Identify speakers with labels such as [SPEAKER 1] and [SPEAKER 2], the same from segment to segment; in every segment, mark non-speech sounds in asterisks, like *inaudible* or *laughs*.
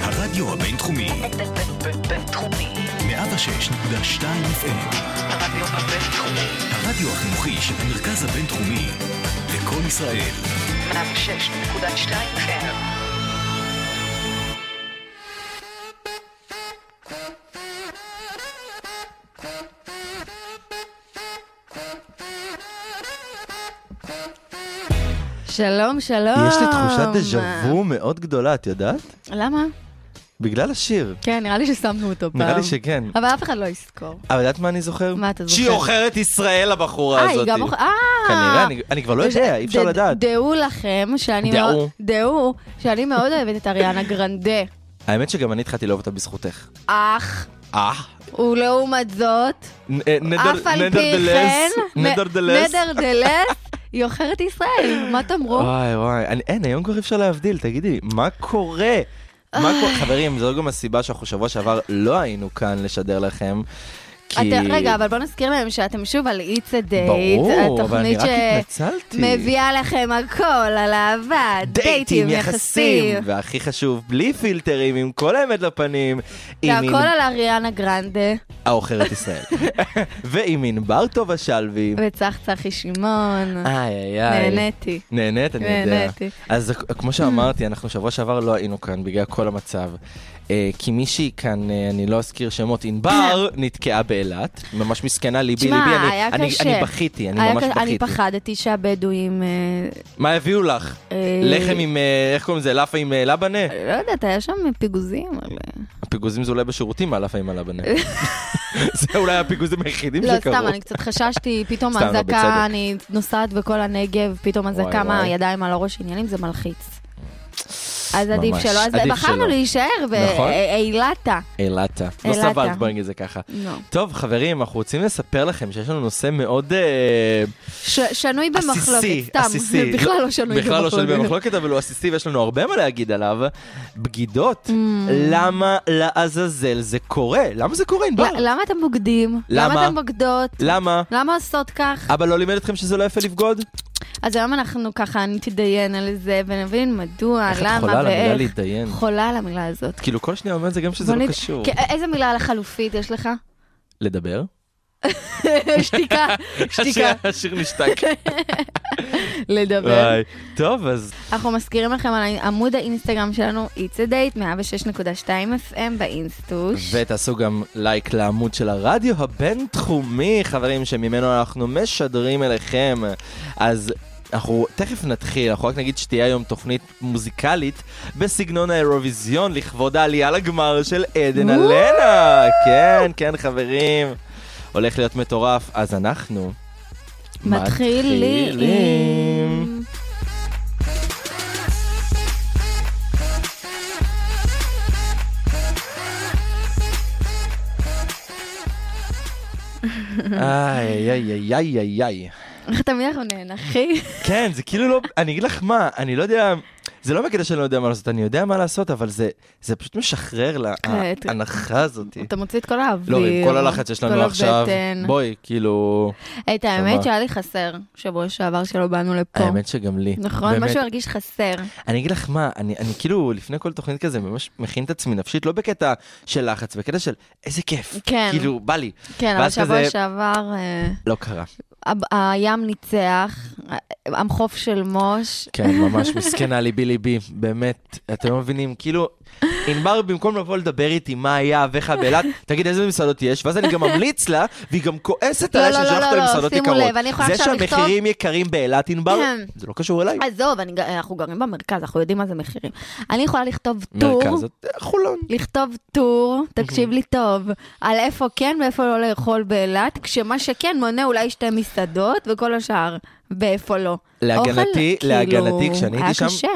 [SPEAKER 1] הרדיו הבינתחומי,
[SPEAKER 2] בינתחומי.
[SPEAKER 1] 106.2 FM,
[SPEAKER 2] הרדיו הבינתחומי.
[SPEAKER 1] הרדיו החינוכי של המרכז הבינתחומי, לקום ישראל,
[SPEAKER 2] 106.2 FM.
[SPEAKER 3] שלום, שלום.
[SPEAKER 4] יש לי תחושת דז'ה וו מאוד גדולה, את יודעת?
[SPEAKER 3] למה?
[SPEAKER 4] בגלל השיר.
[SPEAKER 3] כן, נראה לי ששמנו אותו פעם.
[SPEAKER 4] נראה לי שכן.
[SPEAKER 3] אבל אף אחד לא יזכור.
[SPEAKER 4] אבל יודעת מה אני זוכר?
[SPEAKER 3] מה אתה זוכר?
[SPEAKER 4] שהיא עוכרת ישראל, הבחורה
[SPEAKER 3] אה, היא
[SPEAKER 4] הזאת.
[SPEAKER 3] גם... אוכ- אה!
[SPEAKER 4] כנראה, אני- אני כבר לא יודע, אי אפשר
[SPEAKER 3] ד-
[SPEAKER 4] לדעת.
[SPEAKER 3] דעו לכם שאני
[SPEAKER 4] דעו.
[SPEAKER 3] מאוד... דעו. שאני מאוד אוהבת את אריאנה גרנדה.
[SPEAKER 4] האמת שגם אני התחלתי לאהוב אותה בזכותך.
[SPEAKER 3] אך,
[SPEAKER 4] אה?
[SPEAKER 3] ולעומת זאת,
[SPEAKER 4] נ- אה, נדר-
[SPEAKER 3] אף על פי כן...
[SPEAKER 4] נדרדלס,
[SPEAKER 3] מ-
[SPEAKER 4] נדרדלס.
[SPEAKER 3] נדרדלס, היא עוכרת ישראל. מה תאמרו?
[SPEAKER 4] וואי וואי, אני- אין, היום כבר אי אפשר להבדיל, תגידי לי, מה קורה?
[SPEAKER 3] אה.
[SPEAKER 4] מה קורה? חברים, זו גם הסיבה שאנחנו שבוע שעבר לא היינו כאן לשדר לכם. כי...
[SPEAKER 3] אתם- רגע, אבל בואו נזכיר להם שאתם שוב על It's a Date,
[SPEAKER 4] ברור, אבל אני
[SPEAKER 3] התוכנית
[SPEAKER 4] רק
[SPEAKER 3] ש-
[SPEAKER 4] התנצלתי.
[SPEAKER 3] מביאה לכם הכל על אהבה, דייטים, יחסים.
[SPEAKER 4] והכי חשוב, בלי פילטרים, עם כל האמת לפנים. עם
[SPEAKER 3] והכל
[SPEAKER 4] ענ-
[SPEAKER 3] על אריאנה גרנדה, *laughs*
[SPEAKER 4] העוכרת ישראל. ועם ענבר טובה שלוי.
[SPEAKER 3] וצח צחי שמעון.
[SPEAKER 4] איי איי איי.
[SPEAKER 3] נהניתי.
[SPEAKER 4] נהנית, אני יודע.
[SPEAKER 3] נהניתי.
[SPEAKER 4] אז כמו שאמרתי, אנחנו שבוע שעבר לא היינו כאן בגלל כל המצב. אה, כי מישהי כאן, אה, אני לא אזכיר
[SPEAKER 3] *coughs*
[SPEAKER 4] שמות, ענבר נתקעה באילת, ממש מסכנה, ליבי
[SPEAKER 3] תשמע,
[SPEAKER 4] ליבי, אני-
[SPEAKER 3] היה
[SPEAKER 4] אני-
[SPEAKER 3] קשה.
[SPEAKER 4] אני בכיתי, אני
[SPEAKER 3] היה
[SPEAKER 4] ממש
[SPEAKER 3] כזה- אני
[SPEAKER 4] בכיתי.
[SPEAKER 3] פחדתי שהבדואים, אה,
[SPEAKER 4] מה הביאו לך?
[SPEAKER 3] אה,
[SPEAKER 4] לחם עם, אה, איך קוראים לזה, לאפה עם אה, לבנה?
[SPEAKER 3] לא יודעת, היה שם פיגוזים. אבל-
[SPEAKER 4] הפיגוזים זה אולי בשירותים, הלאפה
[SPEAKER 3] *laughs*
[SPEAKER 4] עם הלבנה. *laughs* זה אולי הפיגוזים היחידים
[SPEAKER 3] לא,
[SPEAKER 4] שקרו.
[SPEAKER 3] סתם, אני קצת
[SPEAKER 4] *laughs*
[SPEAKER 3] חששתי, פתאום
[SPEAKER 4] סתם, לא, בצדק.
[SPEAKER 3] אזעקה, אני נוסעת בכל הנגב, פתאום אזעקה
[SPEAKER 4] וואי.
[SPEAKER 3] מהידיים על הראש עניינים, זה מלחיץ. אז עדיף
[SPEAKER 4] ממש,
[SPEAKER 3] שלא, אז
[SPEAKER 4] עדיף
[SPEAKER 3] בחרנו
[SPEAKER 4] שלא.
[SPEAKER 3] להישאר אה,
[SPEAKER 4] נכון.
[SPEAKER 3] באילתה.
[SPEAKER 4] אילתה. לא
[SPEAKER 3] אילתה.
[SPEAKER 4] סבלת, בואי נגיד את זה ככה.
[SPEAKER 3] לא.
[SPEAKER 4] טוב, חברים, אנחנו רוצים לספר לכם שיש לנו נושא מאוד אה,
[SPEAKER 3] ש- שנוי במחלוקת,
[SPEAKER 4] עסיסי,
[SPEAKER 3] סתם,
[SPEAKER 4] עסיסי.
[SPEAKER 3] זה בכלל לא שנוי במחלוקת.
[SPEAKER 4] בכלל לא שנוי במחלוקת, אבל הוא עסיסי ויש לנו הרבה מה להגיד עליו. בגידות,
[SPEAKER 3] Mm.
[SPEAKER 4] למה לעזאזל זה קורה? למה זה קורה, ענבר?
[SPEAKER 3] ל- למה אתם בוגדים?
[SPEAKER 4] למה?
[SPEAKER 3] למה אתם בוגדות?
[SPEAKER 4] למה?
[SPEAKER 3] למה עושות כך?
[SPEAKER 4] אבא לא לימד אתכם שזה לא יפה לבגוד?
[SPEAKER 3] אז היום אנחנו ככה נתדיין על זה ונבין מדוע,
[SPEAKER 4] איך את חולה
[SPEAKER 3] למה
[SPEAKER 4] על המילה
[SPEAKER 3] ואיך.
[SPEAKER 4] להתדיין?
[SPEAKER 3] חולה על המילה הזאת.
[SPEAKER 4] כאילו כל שניה אומר את זה גם שזה
[SPEAKER 3] בוא
[SPEAKER 4] לא
[SPEAKER 3] נת-
[SPEAKER 4] קשור.
[SPEAKER 3] כן, איזה מילה על החלופית יש
[SPEAKER 4] *laughs*
[SPEAKER 3] לך?
[SPEAKER 4] לדבר?
[SPEAKER 3] שתיקה, שתיקה, כן.
[SPEAKER 4] השיר- השיר
[SPEAKER 3] *laughs*
[SPEAKER 4] נשתק.
[SPEAKER 3] לדבר.
[SPEAKER 4] וואי. טוב, אז
[SPEAKER 3] אנחנו מזכירים לכם על עמוד האינסטגרם שלנו, It's a date, 106.2 FM באינסטוש.
[SPEAKER 4] ותעשו גם לייק לעמוד של הרדיו הבינתחומי, חברים, שממנו אנחנו משדרים אליכם. אז אנחנו תכף נתחיל, אנחנו רק נגיד שתהיה היום תוכנית מוזיקלית בסגנון האירוויזיון לכבוד העלייה לגמר של עדן
[SPEAKER 3] וואו!
[SPEAKER 4] אלנה. כן, כן, חברים. הולך להיות מטורף, אז אנחנו... מתחילים.
[SPEAKER 3] מתחילים.
[SPEAKER 4] איי, איי, איי, איי, איי, איי.
[SPEAKER 3] איך תמיד אנחנו
[SPEAKER 4] *laughs*
[SPEAKER 3] נאנחים?
[SPEAKER 4] כן, זה כאילו לא, אני אגיד לך מה, אני לא יודע, זה לא בקטע שאני לא יודע מה לעשות, אני יודע מה לעשות, אבל זה, זה פשוט משחרר לה,
[SPEAKER 3] אה, ת-
[SPEAKER 4] ההנחה הזאת.
[SPEAKER 3] אתה מוציא את כל האוויר.
[SPEAKER 4] לא, עם כל הלחץ שיש
[SPEAKER 3] כל
[SPEAKER 4] לנו עכשיו,
[SPEAKER 3] הבטן.
[SPEAKER 4] בואי, כאילו...
[SPEAKER 3] את האמת
[SPEAKER 4] שמה.
[SPEAKER 3] שהיה לי חסר שבוע שעבר שלא באנו לפה.
[SPEAKER 4] האמת שגם לי.
[SPEAKER 3] נכון?
[SPEAKER 4] באמת.
[SPEAKER 3] משהו הרגיש חסר.
[SPEAKER 4] אני אגיד לך מה, אני, אני כאילו לפני כל תוכנית כזה ממש מכין את עצמי נפשית, לא בקטע של לחץ, בקטע של איזה כיף.
[SPEAKER 3] כן.
[SPEAKER 4] כאילו, בא לי.
[SPEAKER 3] כן, אבל
[SPEAKER 4] ואז
[SPEAKER 3] שבוע
[SPEAKER 4] כזה-
[SPEAKER 3] שעבר אה,
[SPEAKER 4] לא קרה.
[SPEAKER 3] ה- הים ניצח, ה- המחוף של מוש.
[SPEAKER 4] כן, ממש מסכנה ליבי ליבי, באמת, אתם לא מבינים, כאילו, ענבר במקום לבוא לדבר איתי מה היה ואיך היה באילת, תגיד איזה מסעדות יש, ואז אני גם ממליץ לה, והיא גם כועסת
[SPEAKER 3] לא,
[SPEAKER 4] עליה
[SPEAKER 3] לא, לא,
[SPEAKER 4] ששלחת
[SPEAKER 3] לא,
[SPEAKER 4] לה
[SPEAKER 3] לא,
[SPEAKER 4] מסעדות
[SPEAKER 3] שימו
[SPEAKER 4] יקרות.
[SPEAKER 3] לב, אני יכולה עכשיו
[SPEAKER 4] זה
[SPEAKER 3] לכתוב- כן. אה,
[SPEAKER 4] שהמחירים יקרים באילת, ענבר,
[SPEAKER 3] אהם.
[SPEAKER 4] זה לא קשור אליי.
[SPEAKER 3] עזוב, אני ג- אנחנו גרים במרכז, אנחנו יודעים מה זה מחירים. אני יכולה לכתוב טור,
[SPEAKER 4] מרכז, את- חולון.
[SPEAKER 3] לכתוב טור, תקשיב לי טוב, על איפה כן ואיפה לא לאכול באילת, כשמה שכן מונה אולי שתי מסעדות וכל השאר, ואיפה לא. אוכל,
[SPEAKER 4] להגנתי,
[SPEAKER 3] כאילו,
[SPEAKER 4] להגנתי, כשאני הייתי שם,
[SPEAKER 3] היה קשה.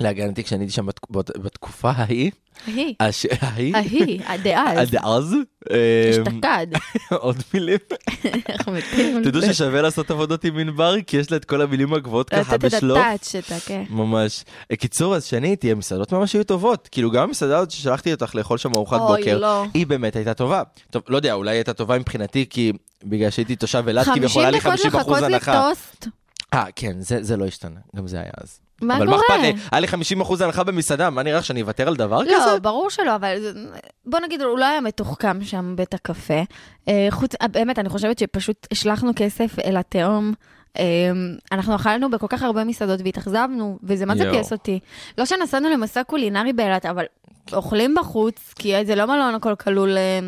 [SPEAKER 4] להגנתי, כשאני הייתי שם בת- בת- בתקופה ההיא,
[SPEAKER 3] ההיא,
[SPEAKER 4] הש- ההיא,
[SPEAKER 3] ההיא, הדאז,
[SPEAKER 4] עד אז, אה, *laughs*
[SPEAKER 3] אשתקד.
[SPEAKER 4] עוד
[SPEAKER 3] *laughs*
[SPEAKER 4] מילים.
[SPEAKER 3] איך מתאים לזה.
[SPEAKER 4] תדעו ששווה לעשות עבודות עם ענבר, כי יש לה את כל המילים הגבוהות ככה
[SPEAKER 3] לתת את
[SPEAKER 4] בשלוף.
[SPEAKER 3] הטאץ' שאתה, כן.
[SPEAKER 4] ממש. אה, קיצור, אז שאני הייתי, המסעדות ממש היו טובות. כאילו, גם המסעדה הזאת ששלחתי אותך לאכול שם ארוחת
[SPEAKER 3] אוי,
[SPEAKER 4] בוקר,
[SPEAKER 3] לא.
[SPEAKER 4] היא באמת הייתה טובה. טוב, לא יודע, אולי היא הייתה טובה מבחינתי, כי בגלל שהייתי תושב אילת,
[SPEAKER 3] 50
[SPEAKER 4] כביכול היה לי 50%
[SPEAKER 3] דקות לחכות
[SPEAKER 4] הנחה.
[SPEAKER 3] לטוסט.
[SPEAKER 4] אה, כן, זה, זה לא השתנה, גם זה היה אז.
[SPEAKER 3] מה
[SPEAKER 4] אבל
[SPEAKER 3] קורה?
[SPEAKER 4] מה אכפת לי? היה לי 50% הנחה במסעדה, מה נראה לך שאני אוותר על דבר כזה?
[SPEAKER 3] לא, ברור שלא, אבל זה- בוא נגיד, הוא לא היה מתוחכם שם בית הקפה. אה, חוץ, אה, באמת, אני חושבת שפשוט השלכנו כסף אל התהום. אה, אנחנו אכלנו בכל כך הרבה מסעדות והתאכזבנו, וזה מה זה
[SPEAKER 4] יואו.
[SPEAKER 3] כיאס אותי. לא שנסענו למסע קולינרי באילת, אבל אוכלים בחוץ, כי זה לא מלון הכל כלול אה,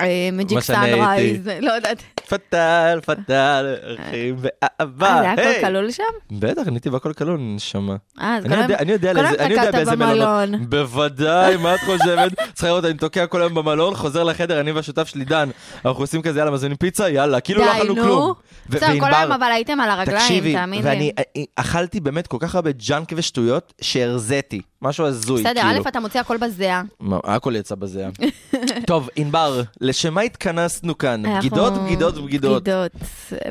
[SPEAKER 3] אה, מג'יק
[SPEAKER 4] מה שאני הייתי.
[SPEAKER 3] סאנרייז, לא יודעת.
[SPEAKER 4] פתל, פתל, ערכים ואהבה.
[SPEAKER 3] אה, זה היה
[SPEAKER 4] היי.
[SPEAKER 3] הכל כלול שם?
[SPEAKER 4] בטח, אני הייתי בהכל כלול, נשמה.
[SPEAKER 3] אה, אז
[SPEAKER 4] אני יודע- אני יודע לאיזה- אני יודע באיזה מלונות.
[SPEAKER 3] במלון.
[SPEAKER 4] בוודאי, מה את חושבת? *laughs* צריכה לראות, אני תוקע כל היום במלון, חוזר לחדר, אני והשותף שלי דן. אנחנו עושים כזה, יאללה, מזמינים פיצה, יאללה, כאילו לא
[SPEAKER 3] די,
[SPEAKER 4] אכלנו
[SPEAKER 3] נו.
[SPEAKER 4] כלום. ו-
[SPEAKER 3] בסדר, כל
[SPEAKER 4] וענבר-
[SPEAKER 3] היום אבל הייתם על הרגליים,
[SPEAKER 4] תקשיבי,
[SPEAKER 3] תאמין לי.
[SPEAKER 4] ואני אה, אכלתי באמת כל כך הרבה ג'אנק ושטויות, שהרזיתי. משהו הזוי,
[SPEAKER 3] בסדר,
[SPEAKER 4] כאילו.
[SPEAKER 3] א', אתה מוציא הכל בזיעה.
[SPEAKER 4] מה, הכל יצא בזיעה.
[SPEAKER 3] *laughs*
[SPEAKER 4] טוב, ענבר, לשם מה התכנסנו כאן?
[SPEAKER 3] אנחנו-
[SPEAKER 4] בגידות, בגידות, בגידות.
[SPEAKER 3] בגידות.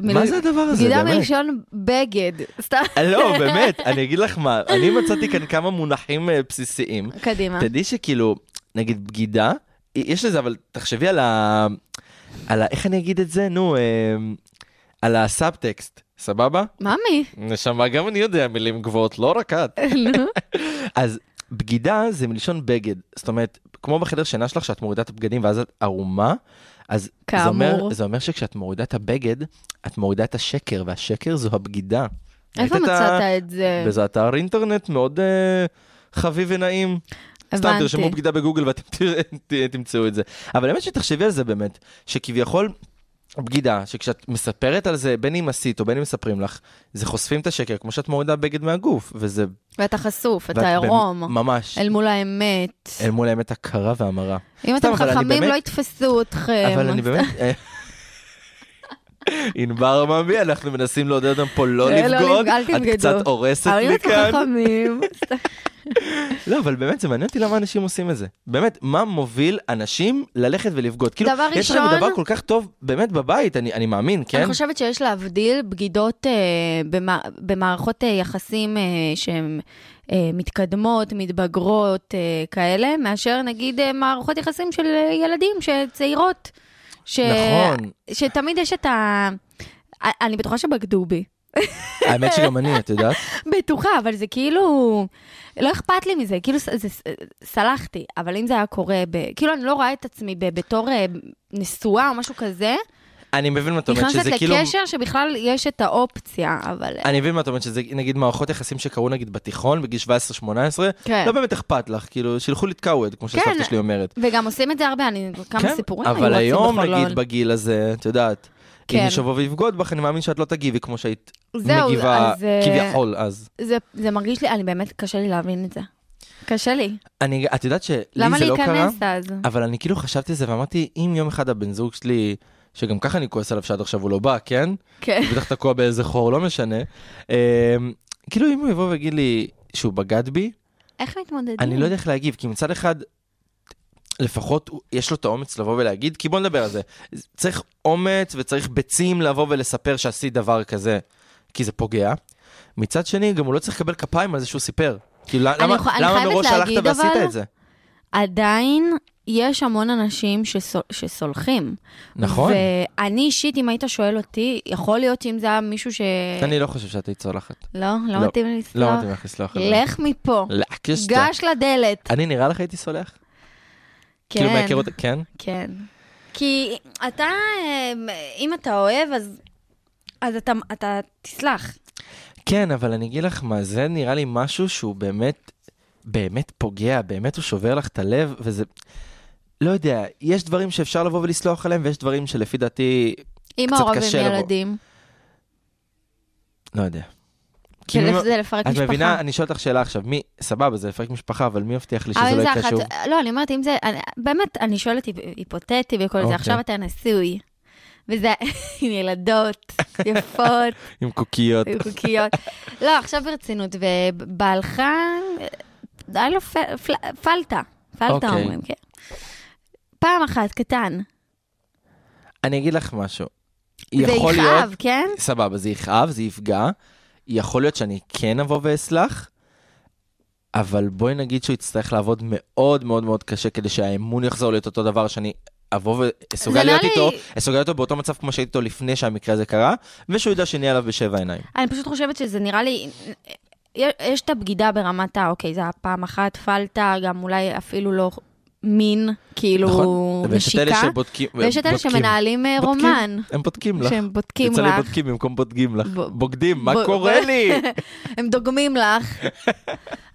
[SPEAKER 4] מה זה הדבר הזה,
[SPEAKER 3] בגידה
[SPEAKER 4] באמת?
[SPEAKER 3] מלשון בגד. סתם, *laughs*
[SPEAKER 4] לא, באמת, אני אגיד לך מה, אני מצאתי כאן כמה מונחים אה, בסיסיים.
[SPEAKER 3] קדימה.
[SPEAKER 4] תדעי שכאילו, נגיד בגידה, יש לזה, אבל תחשבי על ה... על ה... איך אני אגיד את זה? נו, אה, על הסאבטקסט, סבבה?
[SPEAKER 3] ממי.
[SPEAKER 4] *laughs*
[SPEAKER 3] *laughs*
[SPEAKER 4] נשמה, גם אני יודע מילים גבוהות, לא רק את.
[SPEAKER 3] נו.
[SPEAKER 4] אז בגידה זה מלשון בגד. זאת אומרת, כמו בחדר שינה שלך, שאת מורידה את הבגדים ואז את ערומה, אז זה אומר,
[SPEAKER 3] כאמור.
[SPEAKER 4] זה אומר שכשאת מורידה את הבגד, את מורידה את השקר, והשקר זו הבגידה. ראית
[SPEAKER 3] איפה
[SPEAKER 4] את ה-
[SPEAKER 3] מצאת את זה?
[SPEAKER 4] באיזה אתר אינטרנט מאוד אה, חביב ונעים. סתם תרשמו
[SPEAKER 3] הבנתי.
[SPEAKER 4] בגידה בגוגל ואתם *laughs* תראה- ת- תמצאו את זה. אבל האמת שתחשבי על זה באמת, שכביכול בגידה, שכשאת מספרת על זה, בין אם עשית או בין אם מספרים לך, זה חושפים את השקר כמו שאת מורידה בגד מהגוף, וזה...
[SPEAKER 3] ואתה חשוף,
[SPEAKER 4] ואת
[SPEAKER 3] אתה עירום.
[SPEAKER 4] ממש.
[SPEAKER 3] אל מול האמת.
[SPEAKER 4] אל מול האמת הקרה והמרה.
[SPEAKER 3] אם
[SPEAKER 4] סתם,
[SPEAKER 3] אתם
[SPEAKER 4] אבל אני
[SPEAKER 3] חכמים,
[SPEAKER 4] באמת-
[SPEAKER 3] לא יתפסו אתכם.
[SPEAKER 4] אבל אני באמת... אה, ענבר ממי, אנחנו מנסים לעודד אותם פה לא
[SPEAKER 3] אה, *laughs* לא
[SPEAKER 4] לבגוד,
[SPEAKER 3] לבג- אל
[SPEAKER 4] את
[SPEAKER 3] תבגדו.
[SPEAKER 4] קצת הורסת
[SPEAKER 3] אבל אם
[SPEAKER 4] לי
[SPEAKER 3] אתם
[SPEAKER 4] כאן.
[SPEAKER 3] חכמים,
[SPEAKER 4] *laughs* לא, אבל באמת, זה מעניין אותי למה אנשים עושים את זה. באמת, מה מוביל אנשים ללכת ולבגוד? כאילו,
[SPEAKER 3] דבר
[SPEAKER 4] יש לכם
[SPEAKER 3] ראשון-
[SPEAKER 4] דבר כל כך טוב באמת בבית, אני, אני מאמין, כן?
[SPEAKER 3] אני חושבת שיש להבדיל בגידות אה, במע... במערכות אה, יחסים אה, שהן אה, מתקדמות, מתבגרות, אה, כאלה, מאשר נגיד אה, מערכות יחסים של אה, ילדים, שצעירות. ש...
[SPEAKER 4] נכון.
[SPEAKER 3] שתמיד יש את ה... א- אני בטוחה שבגדו בי.
[SPEAKER 4] האמת שגם אני,
[SPEAKER 3] *laughs*
[SPEAKER 4] את יודעת?
[SPEAKER 3] בטוחה, אבל זה כאילו... לא אכפת לי מזה, כאילו ס- זה... ס- סלחתי, אבל אם זה היה קורה ב... כאילו, אני לא רואה את עצמי ב... בתור אה, נשואה או משהו כזה,
[SPEAKER 4] אני מבין מה את אומרת,
[SPEAKER 3] נכנסת
[SPEAKER 4] שזה כאילו...
[SPEAKER 3] לקשר שבכלל יש את האופציה, אבל...
[SPEAKER 4] אני מבין מה את אומרת, שזה נגיד מערכות יחסים שקרו נגיד בתיכון, בגיל 17-18,
[SPEAKER 3] כן.
[SPEAKER 4] לא באמת אכפת לך, כאילו, שילכו לתקעווד, כמו שסבתא
[SPEAKER 3] כן.
[SPEAKER 4] שלי אומרת.
[SPEAKER 3] וגם עושים את זה הרבה, אני... כמה
[SPEAKER 4] כן,
[SPEAKER 3] סיפורים היו
[SPEAKER 4] אבל
[SPEAKER 3] רצים
[SPEAKER 4] היום,
[SPEAKER 3] בחולון.
[SPEAKER 4] נגיד, בגיל הזה, את יודעת, אם
[SPEAKER 3] כן.
[SPEAKER 4] מישהו יבוא ויבגוד בך, אני מאמין שאת לא תגיבי כמו שהיית
[SPEAKER 3] זהו,
[SPEAKER 4] מגיבה
[SPEAKER 3] אז, אה,
[SPEAKER 4] כביכול אז.
[SPEAKER 3] זה, זה מרגיש לי, אני באמת, קשה לי להבין את זה. קשה לי.
[SPEAKER 4] אני, את יודעת שלי
[SPEAKER 3] למה
[SPEAKER 4] זה לא קרה?
[SPEAKER 3] להיכנס אז?
[SPEAKER 4] אבל אני כאילו חשבתי על זה ואמרתי, אם יום אחד הבן זוג שלי, שגם ככה אני כועס עליו שעד עכשיו הוא לא בא, כן?
[SPEAKER 3] כן.
[SPEAKER 4] הוא בטח תקוע באיזה חור, לא משנה. אמ, כאילו אם הוא יבוא ויגיד לי שהוא בגד בי,
[SPEAKER 3] איך מתמודדים?
[SPEAKER 4] אני לא יודע איך להגיב, כי מצד אחד, לפחות הוא- יש לו את האומץ לבוא ולהגיד, כי בוא נדבר על זה. צריך אומץ וצריך ביצים לבוא ולספר שעשית דבר כזה, כי זה פוגע. מצד שני, גם הוא לא צריך לקבל כפיים על זה שהוא סיפר. כאילו,
[SPEAKER 3] אני
[SPEAKER 4] למה,
[SPEAKER 3] יכול- אני
[SPEAKER 4] למה
[SPEAKER 3] חייבת
[SPEAKER 4] מראש הלכת
[SPEAKER 3] להגיד,
[SPEAKER 4] ועשית
[SPEAKER 3] אבל-
[SPEAKER 4] את זה?
[SPEAKER 3] עדיין יש המון אנשים שסול, שסולחים.
[SPEAKER 4] נכון.
[SPEAKER 3] ואני אישית, אם היית שואל אותי, יכול להיות שאם זה היה מישהו ש...
[SPEAKER 4] אני לא חושב שאת היית צולחת.
[SPEAKER 3] לא, לא,
[SPEAKER 4] לא,
[SPEAKER 3] מתאים לי לסלוח.
[SPEAKER 4] לא מתאים לך לסלוח. עליי.
[SPEAKER 3] לך מפה.
[SPEAKER 4] להקשת.
[SPEAKER 3] גש לדלת.
[SPEAKER 4] אני נראה לך הייתי סולח?
[SPEAKER 3] כן.
[SPEAKER 4] כאילו מהיכרות, כן?
[SPEAKER 3] כן. כי אתה, אמ, אם אתה אוהב, אז, אז אתה, אתה תסלח.
[SPEAKER 4] כן, אבל אני אגיד לך מה, זה נראה לי משהו שהוא באמת, באמת פוגע, באמת הוא שובר לך את הלב, וזה... לא יודע, יש דברים שאפשר לבוא ולסלוח עליהם, ויש דברים שלפי דעתי,
[SPEAKER 3] אם
[SPEAKER 4] קצת
[SPEAKER 3] מעורבים
[SPEAKER 4] קשה לבוא.
[SPEAKER 3] ילדים,
[SPEAKER 4] לא יודע.
[SPEAKER 3] זה
[SPEAKER 4] כאילו,
[SPEAKER 3] לפ- זה לפרק
[SPEAKER 4] את
[SPEAKER 3] משפחה.
[SPEAKER 4] מבינה, אני שואל אותך שאלה עכשיו, מי, סבבה, זה לפרק משפחה, אבל מי מבטיח לי
[SPEAKER 3] אבל
[SPEAKER 4] שזה
[SPEAKER 3] אם
[SPEAKER 4] לא
[SPEAKER 3] זה
[SPEAKER 4] יקרה
[SPEAKER 3] אחת-
[SPEAKER 4] שוב?
[SPEAKER 3] לא, אני אומרת, אם זה... אני- באמת, אני שואלת היפ- היפותטי וכל
[SPEAKER 4] אוקיי.
[SPEAKER 3] זה, עכשיו אתה נשוי. וזה *laughs* עם ילדות יפות,
[SPEAKER 4] *laughs* עם קוקיות.
[SPEAKER 3] עם קוקיות. לא, עכשיו ברצינות, ובעלך, אה, היה לו פ- פל- פלטה. פלטה
[SPEAKER 4] אוקיי.
[SPEAKER 3] אומרים, כן. פעם אחת, קטן.
[SPEAKER 4] אני אגיד לך משהו.
[SPEAKER 3] זה
[SPEAKER 4] יכול להיות...
[SPEAKER 3] יכאב, כן?
[SPEAKER 4] סבבה, זה יכאב, זה יפגע. יכול להיות שאני כן אבוא ואסלח, אבל בואי נגיד שהוא יצטרך לעבוד מאוד מאוד מאוד קשה כדי שהאמון יחזור להיות אותו דבר, שאני אבוא ואסוגל להיות
[SPEAKER 3] נראה
[SPEAKER 4] איתו,
[SPEAKER 3] לי-
[SPEAKER 4] אסוגל אותו באותו מצב כמו שהייתי איתו לפני שהמקרה הזה קרה, ושהוא ידע שאני עליו בשבע עיניים.
[SPEAKER 3] אני פשוט חושבת שזה נראה לי... יש יש את הבגידה ברמת ה... אוקיי, זה היה פעם אחת, פלטה, גם אולי אפילו לא מין, כאילו,
[SPEAKER 4] נכון? ויש את אלה
[SPEAKER 3] נשיקה.
[SPEAKER 4] שבודקים,
[SPEAKER 3] ויש את אלה
[SPEAKER 4] בודקים.
[SPEAKER 3] שמנהלים אה,
[SPEAKER 4] בודקים. לא.
[SPEAKER 3] רומן,
[SPEAKER 4] הם בודקים לך.
[SPEAKER 3] שהם בודקים
[SPEAKER 4] יצא לי
[SPEAKER 3] לך,
[SPEAKER 4] בודקים במקום בודקים לך.
[SPEAKER 3] ב-
[SPEAKER 4] בוגדים, מה
[SPEAKER 3] ב-
[SPEAKER 4] קורה
[SPEAKER 3] ב-
[SPEAKER 4] לי?
[SPEAKER 3] הם דוגמים לך.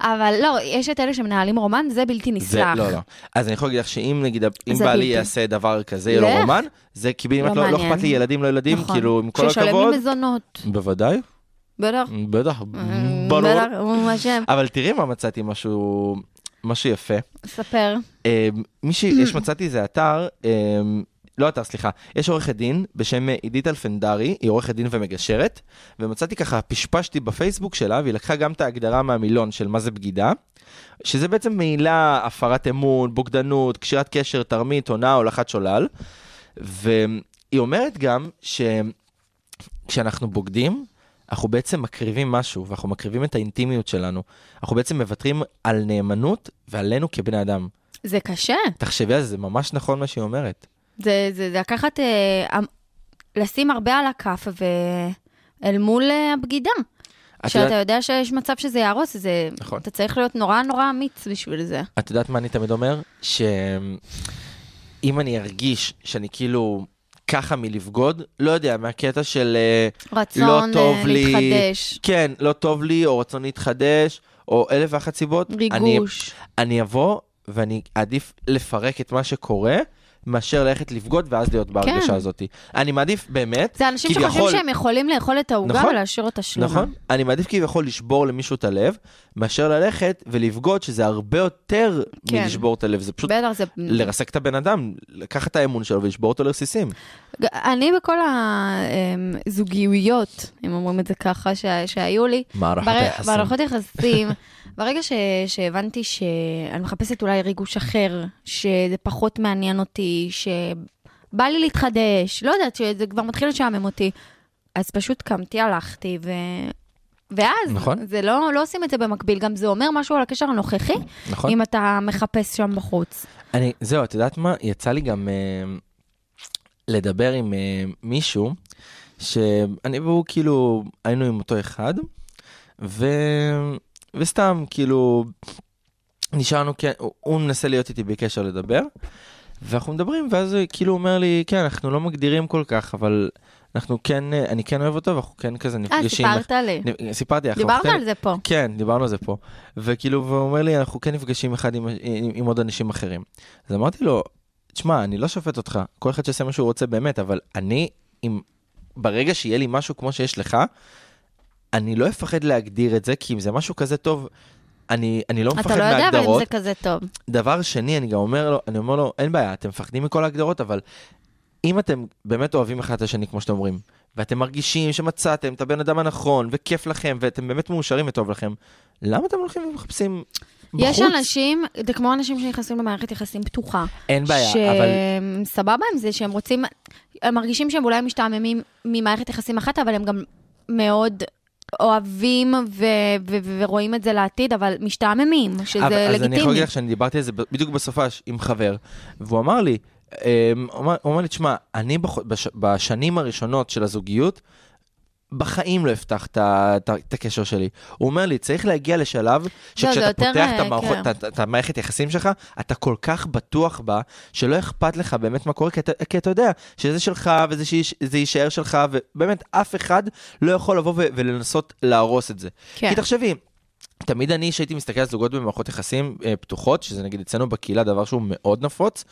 [SPEAKER 3] אבל לא, יש את אלה שמנהלים רומן, זה בלתי
[SPEAKER 4] זה,
[SPEAKER 3] נסלח.
[SPEAKER 4] לא, לא. אז אני יכול להגיד לך שאם נגיד, אם
[SPEAKER 3] זה
[SPEAKER 4] בעלי
[SPEAKER 3] בלתי.
[SPEAKER 4] יעשה דבר כזה, יהיה לו
[SPEAKER 3] לך.
[SPEAKER 4] רומן, זה כמעט
[SPEAKER 3] לא
[SPEAKER 4] לא לא
[SPEAKER 3] מעניין.
[SPEAKER 4] אכפת לי ילדים, לא ילדים,
[SPEAKER 3] נכון.
[SPEAKER 4] כאילו, עם כל
[SPEAKER 3] שישלם
[SPEAKER 4] הכבוד.
[SPEAKER 3] לי מזונות.
[SPEAKER 4] בוודאי,
[SPEAKER 3] בטח.
[SPEAKER 4] בטח,
[SPEAKER 3] אה,
[SPEAKER 4] ברור.
[SPEAKER 3] בטח, הוא אשם.
[SPEAKER 4] אבל תראי מה מצאתי, משהו, משהו יפה.
[SPEAKER 3] ספר.
[SPEAKER 4] אה, מישהי, יש מצאתי איזה אתר, אה, לא אתר, סליחה, יש עורכת דין בשם עידית אלפנדרי, היא עורכת דין ומגשרת, ומצאתי ככה, פשפשתי בפייסבוק שלה, והיא לקחה גם את ההגדרה מהמילון של מה זה בגידה, שזה בעצם מעילה, הפרת אמון, בוגדנות, קשירת קשר, תרמית, הונאה, הולכת שולל, והיא אומרת גם שכשאנחנו בוגדים, אנחנו בעצם מקריבים משהו, ואנחנו מקריבים את האינטימיות שלנו. אנחנו בעצם מוותרים על נאמנות ועלינו כבני אדם.
[SPEAKER 3] זה קשה.
[SPEAKER 4] תחשבי על זה, זה ממש נכון מה שהיא אומרת.
[SPEAKER 3] זה, זה, זה לקחת, אה, המ- לשים הרבה על הכף ו... אל מול אה, הבגידה.
[SPEAKER 4] את
[SPEAKER 3] שאתה
[SPEAKER 4] יודעת,
[SPEAKER 3] יודע שיש מצב שזה יהרוס, זה...
[SPEAKER 4] נכון.
[SPEAKER 3] אתה צריך להיות נורא נורא אמיץ בשביל זה.
[SPEAKER 4] את יודעת מה אני תמיד אומר? שאם אני ארגיש שאני כאילו ככה מלבגוד, לא יודע, מהקטע של אה,
[SPEAKER 3] רצון
[SPEAKER 4] לא טוב
[SPEAKER 3] אה,
[SPEAKER 4] לי,
[SPEAKER 3] להתחדש,
[SPEAKER 4] כן, לא טוב לי, או רצון להתחדש, או אלף ואחת סיבות, אני,
[SPEAKER 3] ריגוש.
[SPEAKER 4] אני אבוא ואני אעדיף לפרק את מה שקורה, מאשר ללכת לבגוד ואז להיות בהרגשה
[SPEAKER 3] כן.
[SPEAKER 4] הזאת. אני מעדיף באמת,
[SPEAKER 3] זה אנשים
[SPEAKER 4] כביכול-
[SPEAKER 3] שחושבים שהם יכולים לאכול את העוגה
[SPEAKER 4] נכון.
[SPEAKER 3] ולהשאיר אותה שלמה.
[SPEAKER 4] נכון? אני מעדיף כביכול לשבור למישהו את הלב, מאשר ללכת ולבגוד, שזה הרבה יותר
[SPEAKER 3] כן.
[SPEAKER 4] מלשבור את הלב. זה פשוט
[SPEAKER 3] בטח, זה...
[SPEAKER 4] לרסק את הבן אדם, לקחת את האמון שלו ולשבור אותו לרסיסים.
[SPEAKER 3] אני בכל הזוגיות, אם אומרים את זה ככה, שה- שהיו לי,
[SPEAKER 4] מערכת
[SPEAKER 3] בר-
[SPEAKER 4] היחסים.
[SPEAKER 3] מערכות יחסים. *laughs* ברגע ש... שהבנתי שאני מחפשת אולי ריגוש אחר, שזה פחות מעניין אותי, שבא לי להתחדש, לא יודעת, שזה כבר מתחיל לשעמם אותי, אז פשוט קמתי, הלכתי, ו... ואז,
[SPEAKER 4] נכון.
[SPEAKER 3] זה לא, לא עושים את זה במקביל, גם זה אומר משהו על הקשר הנוכחי,
[SPEAKER 4] נכון?
[SPEAKER 3] אם אתה מחפש שם בחוץ.
[SPEAKER 4] אני, זהו, את יודעת מה? יצא לי גם אה, לדבר עם אה, מישהו, שאני והוא כאילו היינו עם אותו אחד, ו... וסתם כאילו נשארנו, כן, הוא- הוא מנסה להיות איתי בקשר לדבר, ואנחנו מדברים, ואז הוא כאילו אומר לי, כן, אנחנו לא מגדירים כל כך, אבל אנחנו כן, אה, אני כן אוהב אותו, ואנחנו כן כזה
[SPEAKER 3] אה,
[SPEAKER 4] נפגשים.
[SPEAKER 3] סיפרת לי.
[SPEAKER 4] נ- סיפרתי לך.
[SPEAKER 3] דיברנו
[SPEAKER 4] אנחנו כן-
[SPEAKER 3] על זה פה.
[SPEAKER 4] כן, דיברנו על זה פה. וכאילו, והוא אומר לי, אנחנו כן נפגשים אחד עם, עם, עם עוד אנשים אחרים. אז אמרתי לו, תשמע, אני לא שופט אותך, כל אחד שעושה מה שהוא רוצה באמת, אבל אני, אם, ברגע שיהיה לי משהו כמו שיש לך, אני לא אפחד להגדיר את זה, כי אם זה משהו כזה טוב, אני, אני לא מפחד
[SPEAKER 3] אתה לא יודע אבל אם
[SPEAKER 4] מהגדרות.
[SPEAKER 3] זה כזה טוב.
[SPEAKER 4] דבר שני, אני גם אומר לו, אני אומר לו, אין בעיה, אתם מפחדים מכל ההגדרות, אבל אם אתם באמת אוהבים אחד את השני, כמו שאתם אומרים, ואתם מרגישים שמצאתם את הבן אדם הנכון, וכיף לכם, ואתם באמת מאושרים וטוב לכם, למה אתם הולכים ומחפשים בחוץ?
[SPEAKER 3] יש אנשים, זה כמו אנשים שנכנסים למערכת יחסים פתוחה.
[SPEAKER 4] אין בעיה, ש... אבל...
[SPEAKER 3] שהם סבבה עם זה, שהם רוצים, הם מרגישים שהם אולי משתעממים ממערכת יחסים אחת, אבל הם גם מאוד אוהבים ו- ו- ו- ורואים את זה לעתיד, אבל משתעממים, שזה
[SPEAKER 4] אבל- אז אני יכול
[SPEAKER 3] לגיטימי.
[SPEAKER 4] להגיד לך שאני דיברתי על זה ב- בדיוק בסופש עם חבר, והוא אמר לי, אמ, הוא אמר- הוא אמר לי, תשמע, אני בח- בש- בשנים הראשונות של הזוגיות, בחיים לא אפתח את ה- את ה- את הקשר שלי. הוא אומר לי, צריך להגיע
[SPEAKER 3] לא,
[SPEAKER 4] לשלב
[SPEAKER 3] זה
[SPEAKER 4] שכשאתה
[SPEAKER 3] יותר,
[SPEAKER 4] פותח את
[SPEAKER 3] אה,
[SPEAKER 4] המערכות-
[SPEAKER 3] כן.
[SPEAKER 4] את- את- את המערכת יחסים שלך, אתה כל כך בטוח בה, שלא אכפת לך באמת מה קורה, כי אתה- כי אתה יודע שזה שלך וזה שיש- זה יישאר שלך, ובאמת אף אחד לא יכול לבוא ו- ולנסות להרוס את זה.
[SPEAKER 3] כן.
[SPEAKER 4] כי תחשבי, תמיד אני, כשהייתי מסתכל על זוגות במערכות יחסים אה, פתוחות, שזה נגיד אצלנו בקהילה דבר שהוא מאוד נפוץ,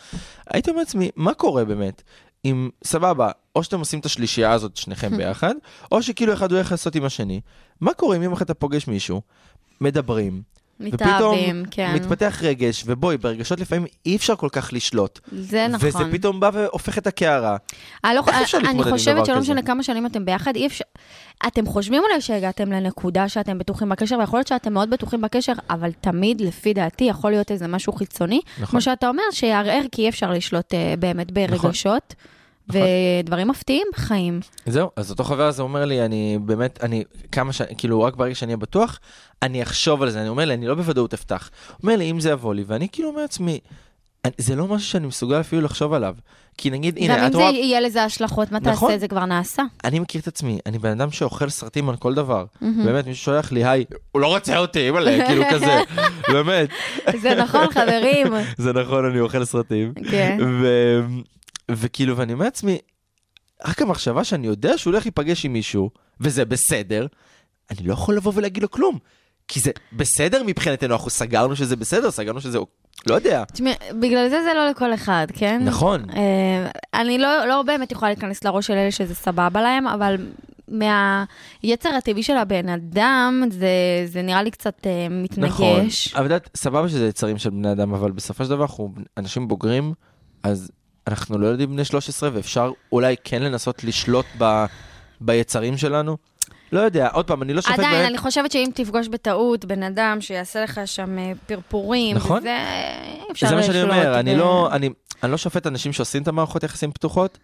[SPEAKER 4] הייתי אומר לעצמי, מה קורה באמת? אם, סבבה, או שאתם עושים את השלישייה הזאת
[SPEAKER 3] *laughs*
[SPEAKER 4] שניכם ביחד, או שכאילו אחד הולך לעשות עם השני. מה קורה אם יום אחד אתה פוגש מישהו, מדברים,
[SPEAKER 3] מתאהבים, כן.
[SPEAKER 4] מתפתח רגש, ובואי, ברגשות לפעמים אי אפשר כל כך לשלוט.
[SPEAKER 3] זה נכון.
[SPEAKER 4] וזה פתאום בא והופך את הקערה.
[SPEAKER 3] אני, לא,
[SPEAKER 4] איך אפשר
[SPEAKER 3] אני- אני
[SPEAKER 4] להתמודד עם
[SPEAKER 3] חושבת
[SPEAKER 4] דבר
[SPEAKER 3] שלא
[SPEAKER 4] כזה?
[SPEAKER 3] משנה כמה שנים אתם ביחד, אי אפשר... אתם חושבים אולי שהגעתם לנקודה שאתם בטוחים בקשר, ויכול להיות שאתם מאוד בטוחים בקשר, אבל תמיד, לפי דעתי, יכול להיות איזה משהו חיצוני,
[SPEAKER 4] נכון.
[SPEAKER 3] כמו שאתה אומר, שיערער, כי אי אפשר לשלוט אה, באמת ברגשות.
[SPEAKER 4] נכון.
[SPEAKER 3] ודברים מפתיעים בחיים.
[SPEAKER 4] זהו, אז אותו חבר הזה אומר לי, אני באמת, אני כמה ש... כאילו, רק ברגע שאני אהיה בטוח, אני אחשוב על זה. אני אומר לי, אני לא בוודאות אפתח. הוא אומר לי, אם זה יבוא לי, ואני כאילו אומר לעצמי, אני- זה לא משהו שאני מסוגל אפילו לחשוב עליו. כי נגיד,
[SPEAKER 3] גם
[SPEAKER 4] הנה,
[SPEAKER 3] אם
[SPEAKER 4] את
[SPEAKER 3] זה
[SPEAKER 4] רואה,
[SPEAKER 3] יהיה לזה השלכות, מה
[SPEAKER 4] נכון.
[SPEAKER 3] תעשה? זה כבר נעשה.
[SPEAKER 4] אני מכיר את עצמי, אני בן אדם שאוכל סרטים על כל דבר. באמת, מישהו שולח לי, היי, הוא לא רוצה אותי, אימא'לה, כאילו
[SPEAKER 3] *laughs*
[SPEAKER 4] כזה, באמת.
[SPEAKER 3] זה נכון, חברים.
[SPEAKER 4] *laughs* זה נכון, אני אוכל סרטים.
[SPEAKER 3] כן.
[SPEAKER 4] ו... וכאילו, ואני אומר לעצמי, רק המחשבה שאני יודע שהוא הולך להיפגש עם מישהו, וזה בסדר, אני לא יכול לבוא ולהגיד לו כלום. כי זה בסדר מבחינתנו, אנחנו סגרנו שזה בסדר, סגרנו שזה... לא יודע.
[SPEAKER 3] תשמע, בגלל זה זה לא לכל אחד, כן?
[SPEAKER 4] נכון.
[SPEAKER 3] אה, אני לא, לא באמת יכולה להיכנס לראש של אלה שזה סבבה להם, אבל מהיצר הטבעי של הבן אדם, זה, זה נראה לי קצת אה,
[SPEAKER 4] נכון.
[SPEAKER 3] מתנגש.
[SPEAKER 4] אבל את יודעת, סבבה שזה יצרים של בני אדם, אבל בסופו של דבר אנחנו אנשים בוגרים, אז אנחנו לא יודעים בני 13, ואפשר אולי כן לנסות לשלוט ב... ביצרים שלנו. לא יודע, עוד פעם, אני לא שופט באמת.
[SPEAKER 3] עדיין, אני חושבת שאם תפגוש בטעות בן אדם שיעשה לך שם אה, פרפורים,
[SPEAKER 4] נכון.
[SPEAKER 3] זה אה, אפשר
[SPEAKER 4] זה
[SPEAKER 3] לשלוט. כן.
[SPEAKER 4] מה שאני אומר, אני
[SPEAKER 3] ב-
[SPEAKER 4] לא, אני, אני לא שופט אנשים שעושים את המערכות יחסים פתוחות,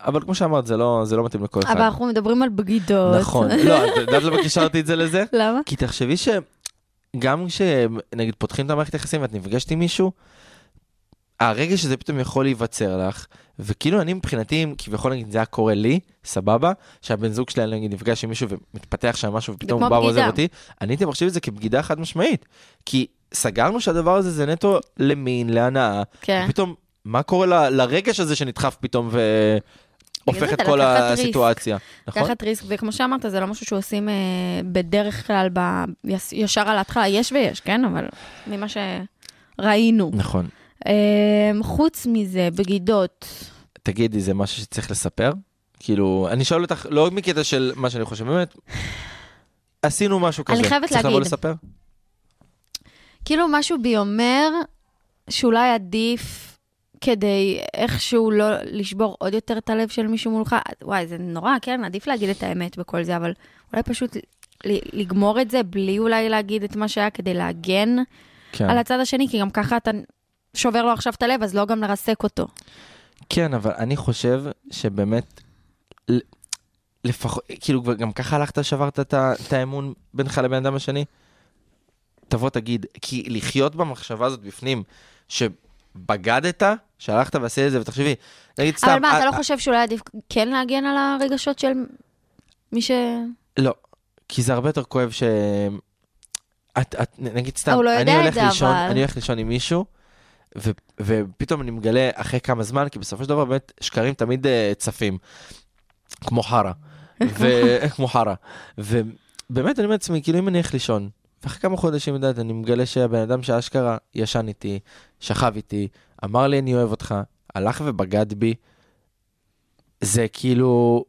[SPEAKER 4] אבל כמו שאמרת, זה לא, זה לא מתאים לכל אחד.
[SPEAKER 3] אבל אנחנו מדברים על בגידות.
[SPEAKER 4] נכון, לא, את יודעת למה קישרתי את זה לזה?
[SPEAKER 3] *laughs* למה?
[SPEAKER 4] כי תחשבי שגם כשנגיד פותחים את המערכת יחסים ואת נפגשת עם מישהו, הרגע שזה פתאום יכול להיווצר לך, וכאילו אני מבחינתי, אם כביכול נגיד זה היה קורה לי, סבבה, שהבן זוג שלי נגיד נפגש עם מישהו ומתפתח שם משהו ופתאום
[SPEAKER 3] כמו
[SPEAKER 4] הוא בא ועוזב
[SPEAKER 3] בגידה.
[SPEAKER 4] אותי, אני הייתי מחשיב את זה כבגידה חד משמעית. כי סגרנו שהדבר הזה זה נטו למין, להנאה,
[SPEAKER 3] כן.
[SPEAKER 4] פתאום, מה קורה ל- לרגש הזה שנדחף פתאום והופך
[SPEAKER 3] בגלל זה
[SPEAKER 4] את
[SPEAKER 3] אתה
[SPEAKER 4] כל
[SPEAKER 3] לקחת ריסק.
[SPEAKER 4] הסיטואציה, נכון?
[SPEAKER 3] לקחת ריסק, וכמו שאמרת, זה לא משהו שעושים אה, בדרך כלל ב... יס- ישר על ההתחלה, יש ויש, כן? אבל ממה שראינו.
[SPEAKER 4] נכון.
[SPEAKER 3] אה, חוץ מזה, בגידות,
[SPEAKER 4] תגידי, זה משהו שצריך לספר? כאילו, אני שואל אותך, לא מקטע של מה שאני חושב, באמת, עשינו משהו
[SPEAKER 3] אני
[SPEAKER 4] כזה.
[SPEAKER 3] חייבת
[SPEAKER 4] צריך לבוא
[SPEAKER 3] להגיד.
[SPEAKER 4] לספר?
[SPEAKER 3] כאילו משהו בי אומר שאולי עדיף כדי איכשהו לא לשבור עוד יותר את הלב של מישהו מולך. וואי, זה נורא, כן? עדיף להגיד את האמת בכל זה, אבל אולי פשוט ל- לגמור את זה בלי אולי להגיד את מה שהיה כדי להגן
[SPEAKER 4] כן.
[SPEAKER 3] על הצד השני, כי גם ככה אתה שובר לו עכשיו את הלב, אז לא גם לרסק אותו.
[SPEAKER 4] כן, אבל אני חושב שבאמת, ל- לפחות, כאילו, כבר גם ככה הלכת, שברת את ה- את האמון בינך לבן אדם השני? תבוא תגיד, כי לחיות במחשבה הזאת בפנים, שבגדת, שהלכת ועשית את זה, ותחשבי, נגיד סתם...
[SPEAKER 3] אבל מה,
[SPEAKER 4] אה,
[SPEAKER 3] אתה לא חושב שאולי עדיף כן להגן על הרגשות של מי ש...
[SPEAKER 4] לא, כי זה הרבה יותר כואב ש... את, את, נגיד סתם,
[SPEAKER 3] הוא לא
[SPEAKER 4] אני
[SPEAKER 3] יודע את
[SPEAKER 4] הולך
[SPEAKER 3] זה,
[SPEAKER 4] לישון,
[SPEAKER 3] אבל.
[SPEAKER 4] אני הולך לישון עם מישהו, ו, ופתאום אני מגלה אחרי כמה זמן, כי בסופו של דבר באמת שקרים תמיד אה, צפים, כמו חרא, ו- *laughs* כמו חרא, ובאמת אני אומר לעצמי, כאילו אם אני הולך לישון, ואחרי כמה חודשים, את יודעת, אני מגלה שהבן אדם שאשכרה ישן איתי, שכב איתי, אמר לי אני אוהב אותך, הלך ובגד בי, זה כאילו,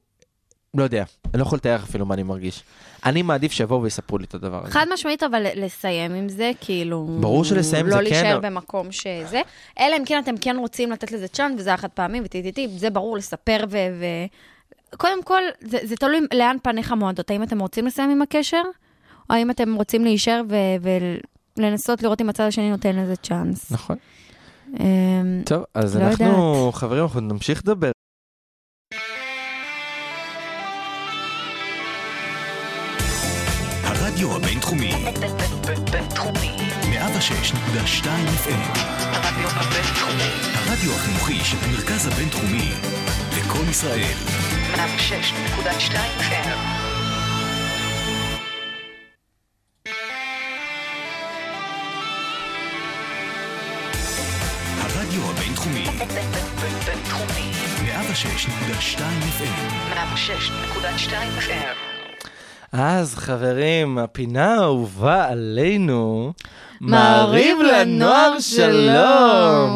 [SPEAKER 4] לא יודע, אני לא יכול לתאר לך אפילו מה אני מרגיש. אני מעדיף שיבואו ויספרו לי את הדבר הזה.
[SPEAKER 3] חד משמעית, אבל לסיים עם זה, כאילו...
[SPEAKER 4] ברור שלסיים זה
[SPEAKER 3] לא
[SPEAKER 4] כן,
[SPEAKER 3] להישאר
[SPEAKER 4] אבל-
[SPEAKER 3] במקום שזה. אלא אם כן אתם כן רוצים לתת לזה צ'אנט, וזה היה חד פעמי, וטיטיטי, זה ברור, לספר ו... ו- קודם כל, זה, זה תלוי לאן פניך מועדות. האם אתם רוצים לסיים עם הקשר, או האם אתם רוצים להישאר ו- ולנסות לראות אם הצד השני נותן לזה צ'אנס.
[SPEAKER 4] נכון.
[SPEAKER 3] אמ,
[SPEAKER 4] טוב, אז
[SPEAKER 3] לא
[SPEAKER 4] אנחנו, חברים, אנחנו נמשיך לדבר.
[SPEAKER 1] הרדיו הבינתחומי,
[SPEAKER 2] בינתחומי,
[SPEAKER 1] 106.2 FM,
[SPEAKER 2] הרדיו הבינתחומי,
[SPEAKER 1] הרדיו החינוכי של המרכז הבינתחומי, לקום ישראל,
[SPEAKER 2] 106.2 FM
[SPEAKER 1] הרדיו הבינתחומי,
[SPEAKER 2] בינתחומי,
[SPEAKER 1] 106.2 FM,
[SPEAKER 2] 106.2 FM
[SPEAKER 4] אז חברים, הפינה האהובה עלינו,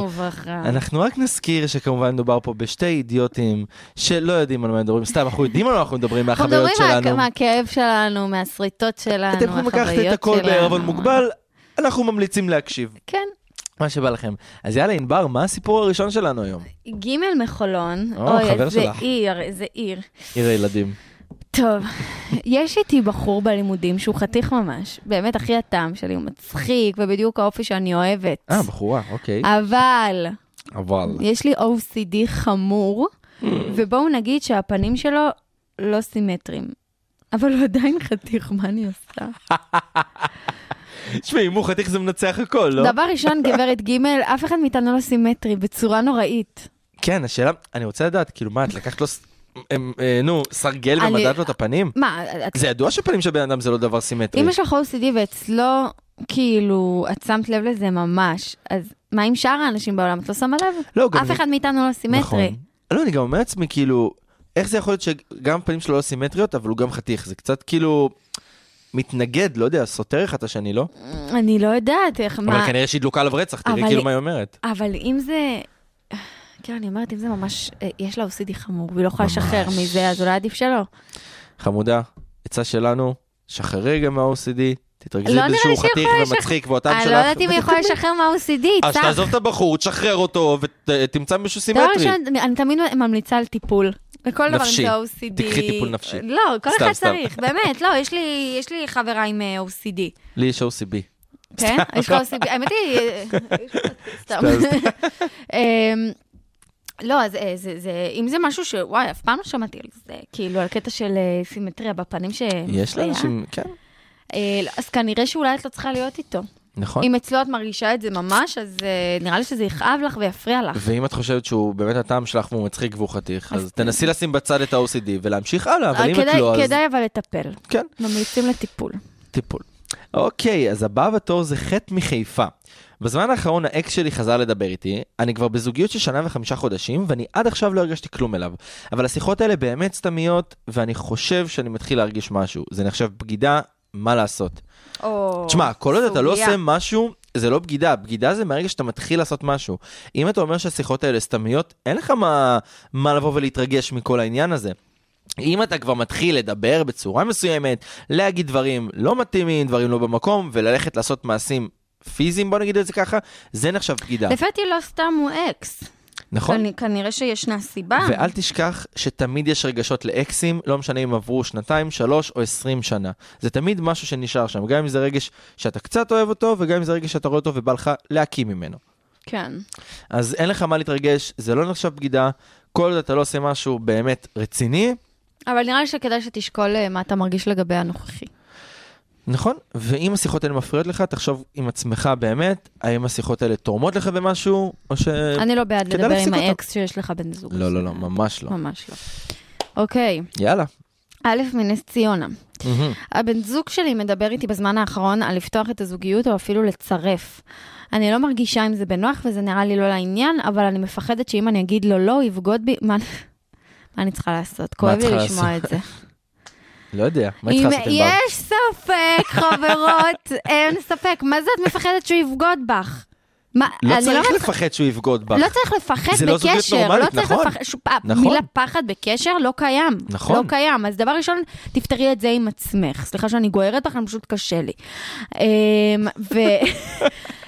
[SPEAKER 3] וברכה.
[SPEAKER 4] אנחנו רק נזכיר שכמובן מדובר פה בשתי אידיוטים שלא יודעים על מה מדברים, סתם, אנחנו יודעים על מה אנחנו מדברים
[SPEAKER 3] אנחנו
[SPEAKER 4] מהחוויות
[SPEAKER 3] מדברים מה-
[SPEAKER 4] שלנו.
[SPEAKER 3] מהכאב שלנו, מהשריטות שלנו,
[SPEAKER 4] אתם יכולים
[SPEAKER 3] החוויות שלנו.
[SPEAKER 4] לקחת את הכל בערבון מוגבל, אנחנו ממליצים להקשיב,
[SPEAKER 3] כן.
[SPEAKER 4] מה שבא לכם. אז יאללה, ענבר, מה הסיפור הראשון שלנו היום?
[SPEAKER 3] ג' מחולון,
[SPEAKER 4] או, חבר
[SPEAKER 3] איזה
[SPEAKER 4] שלך.
[SPEAKER 3] עיר, איזה עיר.
[SPEAKER 4] עיר הילדים.
[SPEAKER 3] טוב, *laughs* יש איתי בחור בלימודים שהוא חתיך ממש, באמת הכי הטעם שלי, הוא מצחיק, ובדיוק האופי שאני אוהבת.
[SPEAKER 4] אה, בחורה, אוקיי.
[SPEAKER 3] אבל
[SPEAKER 4] אבל.
[SPEAKER 3] יש לי OCD חמור,
[SPEAKER 4] Mm.
[SPEAKER 3] ובואו נגיד שהפנים שלו לא סימטריים. אבל הוא עדיין חתיך, מה אני עושה?
[SPEAKER 4] תשמעי, אם הוא חתיך זה מנצח הכל, לא?
[SPEAKER 3] דבר ראשון, גברת ג', אף אחד מאיתנו לא סימטרי, בצורה נוראית.
[SPEAKER 4] כן, השאלה, אני רוצה לדעת, כאילו, מה, את לקחת לו, ס- אמ, אה, נו, סרגל
[SPEAKER 3] אני-
[SPEAKER 4] ומדדת לו את הפנים?
[SPEAKER 3] מה, את...
[SPEAKER 4] זה ידוע שפנים של בן אדם זה לא דבר סימטרי.
[SPEAKER 3] אם יש לך OCD ואצלו, לא, כאילו, את שמת לב לזה ממש, אז מה עם שאר האנשים בעולם? את לא שמה לב?
[SPEAKER 4] לא, גם
[SPEAKER 3] אף
[SPEAKER 4] לי-
[SPEAKER 3] אחד מאיתנו לא סימטרי.
[SPEAKER 4] נכון. לא, אני גם אומר לעצמי, כאילו, איך זה יכול להיות שגם הפנים שלו לא סימטריות, אבל הוא גם חתיך? זה קצת כאילו מתנגד, לא יודע, סותר אחד את השני, לא?
[SPEAKER 3] אני לא יודעת איך, מה...
[SPEAKER 4] אבל כנראה שהיא דלוקה עליו רצח, תראי
[SPEAKER 3] אבל-
[SPEAKER 4] כאילו מה היא אומרת.
[SPEAKER 3] אבל אם זה... כאילו, אני אומרת, אם זה ממש, אה, יש לה OCD חמור, והיא לא יכולה לשחרר מזה, אז אולי עדיף שלא.
[SPEAKER 4] חמודה, עצה שלנו, שחררי גם מה-OCD, תתרכזי
[SPEAKER 3] לא
[SPEAKER 4] בזה
[SPEAKER 3] נראה לי
[SPEAKER 4] שהוא
[SPEAKER 3] שהיא
[SPEAKER 4] חתיך
[SPEAKER 3] יכולה לשח-
[SPEAKER 4] ומצחיק, ואותם שלך.
[SPEAKER 3] אני לא יודעת אם היא יכולה
[SPEAKER 4] ותתקדמי.
[SPEAKER 3] לשחרר מה-OCD,
[SPEAKER 4] אז
[SPEAKER 3] צח.
[SPEAKER 4] תעזוב את הבחור, תשחרר אותו, ותמצא מישהו
[SPEAKER 3] דבר
[SPEAKER 4] סימטרי.
[SPEAKER 3] ראשון, אני- אני תמיד ממליצה על טיפול. לכל דבר אם
[SPEAKER 4] נפשי.
[SPEAKER 3] זה OCD.
[SPEAKER 4] תיקחי טיפול נפשי.
[SPEAKER 3] לא, כל
[SPEAKER 4] סתם,
[SPEAKER 3] אחד
[SPEAKER 4] סתם.
[SPEAKER 3] צריך, באמת, לא, יש לי- יש לי חברה עם אה, OCD.
[SPEAKER 4] לי יש OCB.
[SPEAKER 3] כן? יש לך OCD, האמת היא, אה, יש לך- סתם. אמ, לא, אז אה, זה, זה, אם זה משהו שוואי, אף פעם לא שמעתי על זה, כאילו, על קטע של אה, סימטריה בפנים ש...
[SPEAKER 4] יש לאנשים, כן,
[SPEAKER 3] אה, לא, אז כנראה שאולי את לא צריכה להיות איתו.
[SPEAKER 4] נכון.
[SPEAKER 3] אם אצלו את מרגישה את זה ממש, אז אה, נראה לי שזה יכאב לך ויפריע לך.
[SPEAKER 4] ואם את חושבת שהוא באמת הטעם שלך והוא מצחיק והוא חתיך, אז תנסי לשים בצד את ה-OCD ולהמשיך הלאה, אבל
[SPEAKER 3] כן. אה,
[SPEAKER 4] אם את
[SPEAKER 3] כדאי-
[SPEAKER 4] לא, אז
[SPEAKER 3] כדאי אבל לטפל.
[SPEAKER 4] כן.
[SPEAKER 3] ממליצים לטיפול.
[SPEAKER 4] טיפול. אוקיי, אז הבא בתור זה חטא מחיפה. בזמן האחרון האקס שלי חזר לדבר איתי, אני כבר בזוגיות של שנה וחמישה חודשים, ואני עד עכשיו לא הרגשתי כלום אליו. אבל השיחות האלה באמת סתמיות, ואני חושב שאני מתחיל להרגיש משהו. זה נחשב בגידה, מה לעשות?
[SPEAKER 3] או...
[SPEAKER 4] תשמע, כל עוד אתה לא
[SPEAKER 3] סוגיה.
[SPEAKER 4] עושה משהו, זה לא בגידה, בגידה זה מהרגע שאתה מתחיל לעשות משהו. אם אתה אומר שהשיחות האלה סתמיות, אין לך מה, מה לבוא ולהתרגש מכל העניין הזה. אם אתה כבר מתחיל לדבר בצורה מסוימת, להגיד דברים לא מתאימים, דברים לא במקום, וללכת לעשות מעשים פיזיים, בוא נגיד את זה ככה, זה נחשב בגידה,
[SPEAKER 3] לפי דעתי לא סתם הוא אקס.
[SPEAKER 4] נכון?
[SPEAKER 3] כנ- כנראה שישנה סיבה.
[SPEAKER 4] ואל תשכח שתמיד יש רגשות לאקסים, לא משנה אם עברו שנתיים, שלוש או עשרים שנה. זה תמיד משהו שנשאר שם, גם אם זה רגש שאתה קצת אוהב אותו, וגם אם זה רגש שאתה רואה אותו ובא לך להקים ממנו.
[SPEAKER 3] כן.
[SPEAKER 4] אז אין לך מה להתרגש, זה לא נחשב בגידה, כל עוד אתה לא עושה משהו באמת רציני,
[SPEAKER 3] אבל נראה לי שכדאי שתשקול אה, מה אתה מרגיש לגבי הנוכחי.
[SPEAKER 4] נכון? ואם השיחות האלה מפריעות לך, תחשוב עם עצמך באמת, האם השיחות האלה תורמות לך במשהו, או ש...
[SPEAKER 3] אני לא בעד
[SPEAKER 4] אה, כדאי
[SPEAKER 3] לדבר
[SPEAKER 4] להפסיק
[SPEAKER 3] עם
[SPEAKER 4] אותו.
[SPEAKER 3] האקס שיש לך בן זוג.
[SPEAKER 4] לא, לא, לא, ממש לא.
[SPEAKER 3] ממש לא. אוקיי,
[SPEAKER 4] יאללה.
[SPEAKER 3] א' מנס ציונה.
[SPEAKER 4] מהמם.
[SPEAKER 3] הבן זוג שלי מדבר איתי בזמן האחרון על לפתוח את הזוגיות או אפילו לצרף. אני לא מרגישה עם זה בנוח וזה נראה לי לא לעניין, אבל אני מפחדת שאם אני אגיד לו לא, הוא יבגוד בי... מה... מה אני צריכה לעשות? כואב לי
[SPEAKER 4] צריכה
[SPEAKER 3] לשמוע
[SPEAKER 4] לעשות? *laughs*
[SPEAKER 3] את זה.
[SPEAKER 4] לא יודע, מה
[SPEAKER 3] אם
[SPEAKER 4] איתך עשיתם בר?
[SPEAKER 3] יש ספק, חברות, אין ספק. מה זה את מפחדת שהוא יבגוד בך? מה,
[SPEAKER 4] לא
[SPEAKER 3] אני
[SPEAKER 4] צריך
[SPEAKER 3] מצ-
[SPEAKER 4] לפחד שהוא יבגוד בך.
[SPEAKER 3] לא צריך לפחד בקשר.
[SPEAKER 4] זה לא זוגיות נורמלית,
[SPEAKER 3] לא צריך
[SPEAKER 4] נכון.
[SPEAKER 3] לפחד, שוב, אה,
[SPEAKER 4] נכון.
[SPEAKER 3] מילה פחד בקשר לא קיים.
[SPEAKER 4] נכון.
[SPEAKER 3] לא קיים. אז דבר ראשון, תפתרי את זה עם עצמך. סליחה שאני גוערת לך, אני פשוט קשה לי. אמ, ו... *laughs*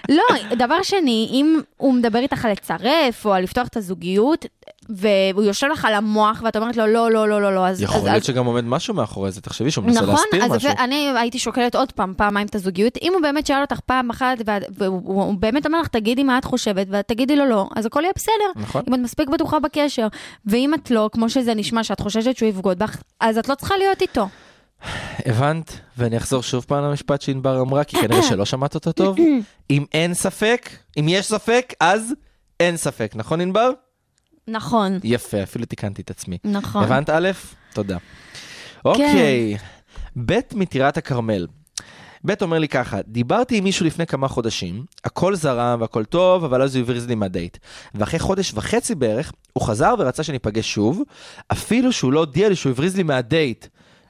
[SPEAKER 3] לא, דבר שני, אם הוא מדבר איתך על לצרף או על לפתוח את הזוגיות, והוא יושב לך על המוח ואת אומרת לו לא, לא, לא, לא, לא, אז...
[SPEAKER 4] יכול
[SPEAKER 3] אז-
[SPEAKER 4] להיות
[SPEAKER 3] אז-
[SPEAKER 4] שגם עומד משהו מאחורי זה, תחשבי שהוא מנסה
[SPEAKER 3] נכון,
[SPEAKER 4] להסתיר
[SPEAKER 3] אז
[SPEAKER 4] משהו.
[SPEAKER 3] אפילו- אני הייתי שוקלת עוד פעם, פעמיים את הזוגיות. אם הוא באמת שאל אותך פעם אחת, ואת- והוא הוא- הוא באמת אומר לך, תגידי מה את חושבת, ואת תגידי לו לא, אז הכל יהיה בסדר.
[SPEAKER 4] נכון.
[SPEAKER 3] אם את מספיק בטוחה בקשר. ואם את לא, כמו שזה נשמע, שאת חוששת שהוא יבגוד בך, אז את לא צריכה להיות איתו.
[SPEAKER 4] הבנת, ואני אחזור שוב פעם למשפט שענבר אמרה, כי כנראה שלא שמעת אותו
[SPEAKER 3] *coughs*
[SPEAKER 4] טוב. אם אין ספק, אם יש ספק, אז אין ספק, נכון ענבר?
[SPEAKER 3] נכון.
[SPEAKER 4] יפה, אפילו תיקנתי את עצמי.
[SPEAKER 3] נכון.
[SPEAKER 4] הבנת א'? תודה. אוקיי, ב' מטירת הכרמל. ב' אומר לי ככה, דיברתי עם מישהו לפני כמה חודשים, הכל זרם והכל טוב, אבל אז הוא הבריז לי מהדייט. ואחרי חודש וחצי בערך, הוא חזר ורצה שניפגש שוב, אפילו שהוא לא הודיע לי שהוא הבריז לי מהדייט.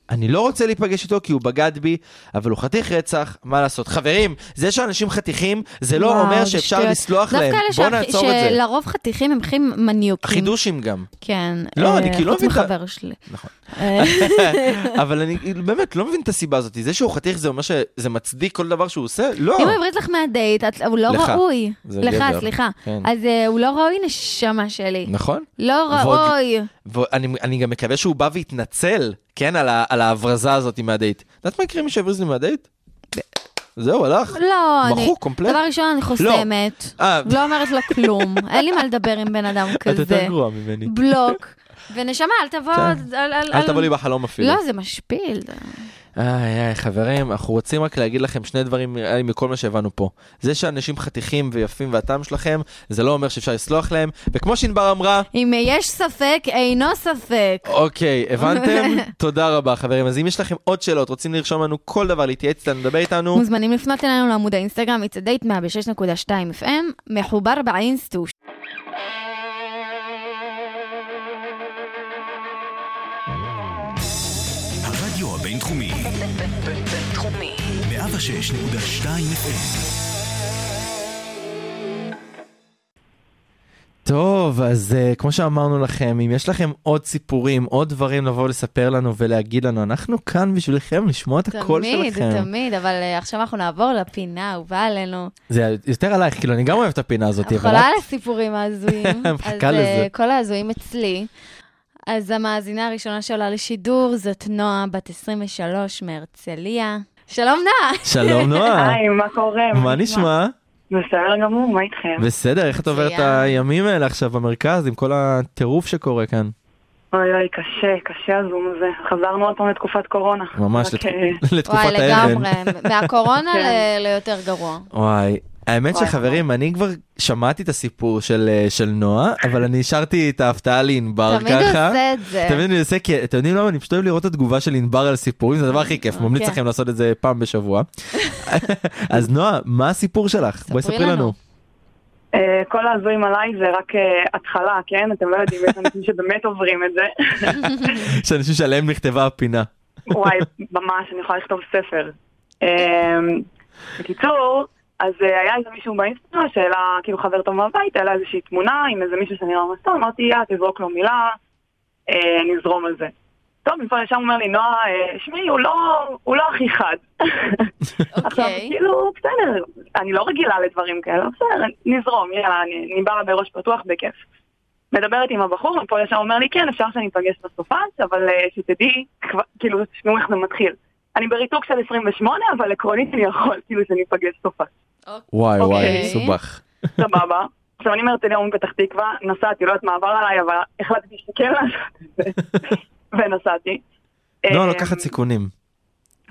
[SPEAKER 4] אני לא רוצה להיפגש איתו כי הוא בגד בי, אבל הוא חתיך רצח, מה לעשות? חברים, זה שאנשים חתיכים, זה לא
[SPEAKER 3] וואו,
[SPEAKER 4] אומר
[SPEAKER 3] זה
[SPEAKER 4] שאפשר
[SPEAKER 3] שטויות.
[SPEAKER 4] לסלוח
[SPEAKER 3] דווקא
[SPEAKER 4] להם.
[SPEAKER 3] אלה
[SPEAKER 4] בוא
[SPEAKER 3] שה- לא.
[SPEAKER 4] נעצור את זה.
[SPEAKER 3] שלרוב חתיכים הם הכי מניוקים.
[SPEAKER 4] חידושים גם.
[SPEAKER 3] כן.
[SPEAKER 4] לא,
[SPEAKER 3] אה,
[SPEAKER 4] אני כאילו לא
[SPEAKER 3] חוץ
[SPEAKER 4] מבין את ה-
[SPEAKER 3] מחבר שלי.
[SPEAKER 4] נכון.
[SPEAKER 3] אה,
[SPEAKER 4] אבל אני באמת לא מבין את הסיבה הזאת. זה שהוא חתיך זה אומר שזה מצדיק כל דבר שהוא עושה? לא.
[SPEAKER 3] אם הוא הבריז לך מהדייט, את- הוא לא
[SPEAKER 4] לך.
[SPEAKER 3] ראוי.
[SPEAKER 4] זה
[SPEAKER 3] לך,
[SPEAKER 4] גבר.
[SPEAKER 3] סליחה.
[SPEAKER 4] כן.
[SPEAKER 3] אז אה, הוא לא ראוי, נשמה שלי.
[SPEAKER 4] נכון.
[SPEAKER 3] לא
[SPEAKER 4] ועוד-
[SPEAKER 3] ראוי.
[SPEAKER 4] ואני אני גם מקווה שהוא בא והתנצל, כן, על, ה, על ההברזה הזאת מהדייט. את יודעת מה יקרה אם מישהו יבריז לי מהדייט? זהו, הלך.
[SPEAKER 3] לא, אני...
[SPEAKER 4] מחוק, קומפלט. לא.
[SPEAKER 3] דבר ראשון, אני חוסמת.
[SPEAKER 4] אה,
[SPEAKER 3] לא אומרת לו
[SPEAKER 4] *laughs*
[SPEAKER 3] כלום. אין לי מה לדבר עם בן אדם
[SPEAKER 4] את יותר
[SPEAKER 3] כזה.
[SPEAKER 4] גרועה ממני.
[SPEAKER 3] בלוק. ונשמה, אל תבוא...
[SPEAKER 4] כן.
[SPEAKER 3] אל- אל-
[SPEAKER 4] אל תבוא לי בחלום אפילו.
[SPEAKER 3] לא, זה לא, משפיל.
[SPEAKER 4] איי איי חברים, אנחנו רוצים רק להגיד לכם שני דברים נראה לי מכל מה שהבנו פה. זה שאנשים חתיכים ויפים והטעם שלכם, זה לא אומר שאפשר לסלוח להם, וכמו שענבר אמרה,
[SPEAKER 3] אם יש ספק, אינו ספק.
[SPEAKER 4] אוקיי,
[SPEAKER 3] *laughs*
[SPEAKER 4] הבנתם? תודה רבה חברים. אז אם יש לכם עוד שאלות, רוצים לרשום לנו כל דבר, להתייעץ איתנו, לדבר איתנו,
[SPEAKER 3] מוזמנים לפנות אלינו לעמוד האינסטגרם, it's a date 106.2 FM, מחובר באינסטוש.
[SPEAKER 1] הרדיו הבינתחומי,
[SPEAKER 2] בינתחומי.
[SPEAKER 1] 106.2 FM,
[SPEAKER 4] טוב, אז uh, כמו שאמרנו לכם, אם יש לכם עוד סיפורים, עוד דברים לבוא לספר לנו ולהגיד לנו, אנחנו כאן בשבילכם לשמוע את הקול
[SPEAKER 3] תמיד,
[SPEAKER 4] שלכם.
[SPEAKER 3] תמיד, אבל אה, עכשיו אנחנו נעבור לפינה האהובה עלינו.
[SPEAKER 4] זה יותר עלייך, כאילו, אני גם אוהב את הפינה הזאת, אבל...
[SPEAKER 3] חולה
[SPEAKER 4] את-
[SPEAKER 3] על הסיפורים ההזויים.
[SPEAKER 4] *laughs* מחכה
[SPEAKER 3] אז, אה,
[SPEAKER 4] לזה.
[SPEAKER 3] כל ההזויים אצלי. אז המאזינה הראשונה שעולה לשידור זאת נועה, בת 23 מהרצליה. שלום
[SPEAKER 4] *laughs*
[SPEAKER 3] נועה.
[SPEAKER 4] שלום
[SPEAKER 3] *laughs*
[SPEAKER 4] נועה,
[SPEAKER 5] היי, מה קורה?
[SPEAKER 4] מה נשמע?
[SPEAKER 5] בסדר גמור, מה איתכם?
[SPEAKER 4] בסדר, איך את עוברת את
[SPEAKER 3] מצוין.
[SPEAKER 4] הימים האלה עכשיו במרכז עם כל הטירוף שקורה כאן?
[SPEAKER 5] אוי אוי, קשה, קשה הזום הזה. חזרנו עוד פעם לתקופת קורונה.
[SPEAKER 4] ממש
[SPEAKER 5] רק,
[SPEAKER 4] לתק-
[SPEAKER 5] אה,
[SPEAKER 4] לתקופת
[SPEAKER 3] וואי,
[SPEAKER 4] האבן.
[SPEAKER 3] לגמרי.
[SPEAKER 4] *laughs*
[SPEAKER 3] מהקורונה
[SPEAKER 5] כן.
[SPEAKER 3] ל- ליותר גרוע.
[SPEAKER 4] וואי, האמת
[SPEAKER 5] וואי,
[SPEAKER 4] שחברים, אני כבר שמעתי את הסיפור של אה, של נועה, אבל אני השארתי את ההפתעה לענבר
[SPEAKER 3] תמיד הוא
[SPEAKER 4] ככה.
[SPEAKER 3] עושה את זה.
[SPEAKER 4] תמיד אני עושה, כי אתם יודעים למה? אני פשוט אוהב לראות את התגובה של ענבר על סיפורים, זה הדבר הכי כיף,
[SPEAKER 5] אה,
[SPEAKER 4] ממליץ
[SPEAKER 3] כן.
[SPEAKER 4] לכם לעשות את זה פעם
[SPEAKER 5] *laughs*
[SPEAKER 4] בשבוע. אז נועה, מה הסיפור שלך? בואי
[SPEAKER 3] ספרי
[SPEAKER 4] ספרי לנו.
[SPEAKER 3] לנו.
[SPEAKER 5] אה, כל ההזויים עליי זה רק אה, התחלה, כן? אתם לא יודעים, יש אנשים שבאמת עוברים את זה.
[SPEAKER 4] יש אנשים שעליהם נכתבה הפינה.
[SPEAKER 5] וואי, ממש, אני יכולה לכתוב ספר. אה, בקיצור, אז אה, היה איזה מישהו באינסטגרם שהעלה, כאילו חבר טוב מהבית, העלה איזושהי תמונה עם איזה מישהו שנראה ממש טוב, אמרתי, יא, תזרוק לו מילה, אה, נזרום על זה. טוב, מפה לשם הוא אומר לי, נועה, אה, שמעי, הוא לא, הוא לא הכי חד. עכשיו,
[SPEAKER 3] אוקיי.
[SPEAKER 5] כאילו, בסדר, אני לא רגילה לדברים כאלה, בסדר, נזרום, יאללה, אני, אני באה בראש פתוח בכיף. מדברת עם הבחור, ופה לשם אומר לי, כן, אפשר שאני אפגש בסופש, אבל אה, שתדעי, כבר- כאילו, תשמעו איך זה מתחיל. אני בריתוק של 28, אבל עקרונית אני יכול, כאילו, שאני אפגש
[SPEAKER 4] *laughs*
[SPEAKER 5] סופש.
[SPEAKER 4] וואי וואי,
[SPEAKER 3] אוקיי.
[SPEAKER 4] סובך.
[SPEAKER 5] סבבה. עכשיו, אני מהרצליה ומפתח תקווה, נסעתי, לא יודעת מה עבר עליי, אבל החלטתי שכן לעשות את זה,
[SPEAKER 4] *laughs*
[SPEAKER 5] ונסעתי.
[SPEAKER 4] נועה
[SPEAKER 5] אה,
[SPEAKER 4] לוקחת סיכונים.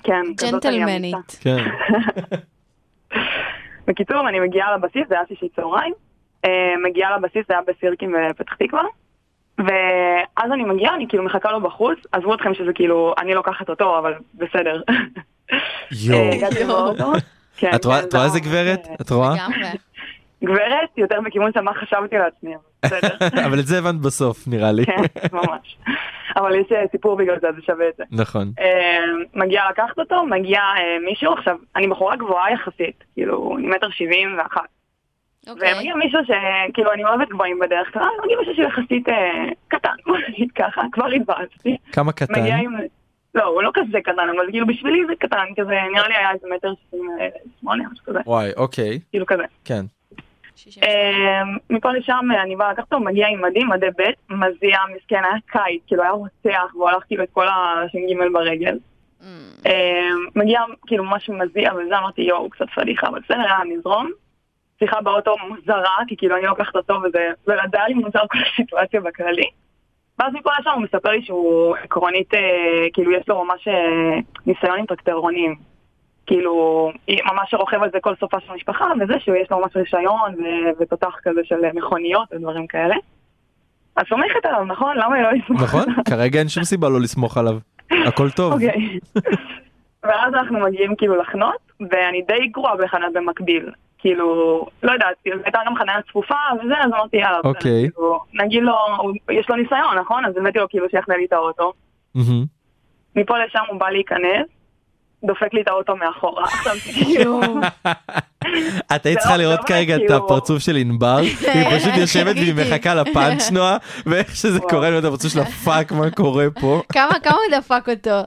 [SPEAKER 5] כן, כזאת אני אמיצה.
[SPEAKER 3] ג'נטלמנית.
[SPEAKER 4] כן.
[SPEAKER 5] בקיצור, אני מגיעה לבסיס, זה היה שישי צהריים. אה, מגיעה לבסיס, זה היה בסירקין בפתח תקווה. ואז אני מגיעה, אני כאילו מחכה לו בחוץ. עזבו אתכם שזה כאילו, אני לוקחת אותו, אבל בסדר. אה,
[SPEAKER 4] יואו.
[SPEAKER 5] הגעתי
[SPEAKER 4] *laughs*
[SPEAKER 3] יואו.
[SPEAKER 5] באוטו. כן,
[SPEAKER 4] את רואה
[SPEAKER 5] כן,
[SPEAKER 4] את רואה
[SPEAKER 5] זה
[SPEAKER 4] איזה
[SPEAKER 5] היה-
[SPEAKER 4] גברת? את רואה?
[SPEAKER 3] לגמרי.
[SPEAKER 5] *laughs* גברת, יותר מכיוון של מה חשבתי לעצמי, אבל בסדר.
[SPEAKER 4] *laughs* אבל את זה הבנת בסוף, נראה לי.
[SPEAKER 5] כן, ממש. אבל יש אה, סיפור בגלל זה, אז זה שווה את זה.
[SPEAKER 4] נכון.
[SPEAKER 5] אה, מגיעה לקחת אותו, מגיע אה, מישהו, עכשיו, אני בחורה גבוהה יחסית, כאילו, אני מטר שבעים ואחת.
[SPEAKER 3] אוקיי.
[SPEAKER 5] ומגיע מישהו שכאילו אני אוהבת גבוהים בדרך כלל, מגיע מישהו שיחסית אה, קטן, בוא נגיד ככה, כבר התבאסתי.
[SPEAKER 4] כמה קטן.
[SPEAKER 5] מגיע עם... לא, הוא לא כזה קטן, אבל כאילו בשבילי זה קטן, כזה, נראה לי היה איזה מטר שבעים ושמונה, משהו כזה,
[SPEAKER 4] וואי, אוקיי.
[SPEAKER 5] כאילו כזה.
[SPEAKER 4] כן.
[SPEAKER 3] שישים.
[SPEAKER 5] אה, מפה לשם אה, אני באה לקחת אותו, מגיע עם מדים, מדי ב', מזיע, מסכן, היה קיץ, כאילו היה רוצח, והוא הלך כאילו את כל הש"ג ברגל.
[SPEAKER 3] אמ,
[SPEAKER 5] אה, מגיע כאילו ממש מזיע וזה, אמרתי יואו, קצת פדיחה, אבל בסדר, היה נזרום. שיחה באוטו מוזרה, כי כאילו אני לוקחת אותו וזה, ולזה היה לי מוזר כל הסיטואציה בכללי. ואז מפה לשם הוא מספר לי שהוא עקרונית, אה, כאילו יש לו ממש אה, ניסיון עם טרקטרונים. כאילו, היא ממש רוכב על זה כל סופה של המשפחה, וזה שהוא יש לו ממש רישיון ו- ותותח כזה של אה, מכוניות ודברים כאלה. אז סומכת עליו, נכון? למה היא לא יסמכת?
[SPEAKER 4] נכון? כרגע אין שום סיבה לא לסמוך עליו. הכל טוב.
[SPEAKER 5] *laughs* אוקיי. ואז אנחנו מגיעים כאילו לחנות, ואני די גרועה בחנות במקביל. כאילו, לא יודעת, כאילו, הייתה גם חניה צפופה וזה, אז אמרתי יאללה, בסדר,
[SPEAKER 4] אוקיי.
[SPEAKER 5] כאילו, נגיד לו, הוא- יש לו ניסיון, נכון? אז הבאתי לו כאילו שיחנה לי את האוטו.
[SPEAKER 4] מהמם.
[SPEAKER 5] מפה לשם הוא בא להיכנס, דופק לי את האוטו מאחורה. עכשיו, כאילו,
[SPEAKER 4] את היית
[SPEAKER 5] זה
[SPEAKER 4] צריכה
[SPEAKER 5] לא-
[SPEAKER 4] לראות
[SPEAKER 5] לא
[SPEAKER 4] כרגע את
[SPEAKER 5] כאילו-
[SPEAKER 4] הפרצוף של ענבר, היא
[SPEAKER 3] *laughs*
[SPEAKER 4] פשוט יושבת והיא
[SPEAKER 3] תגידי.
[SPEAKER 4] מחכה לפאנץ' נועה, ואיך שזה
[SPEAKER 5] וואו.
[SPEAKER 4] קורה, אני רואה את הפרצוף שלה, פאק, מה קורה פה?
[SPEAKER 3] כמה כמה הוא דפק אותו?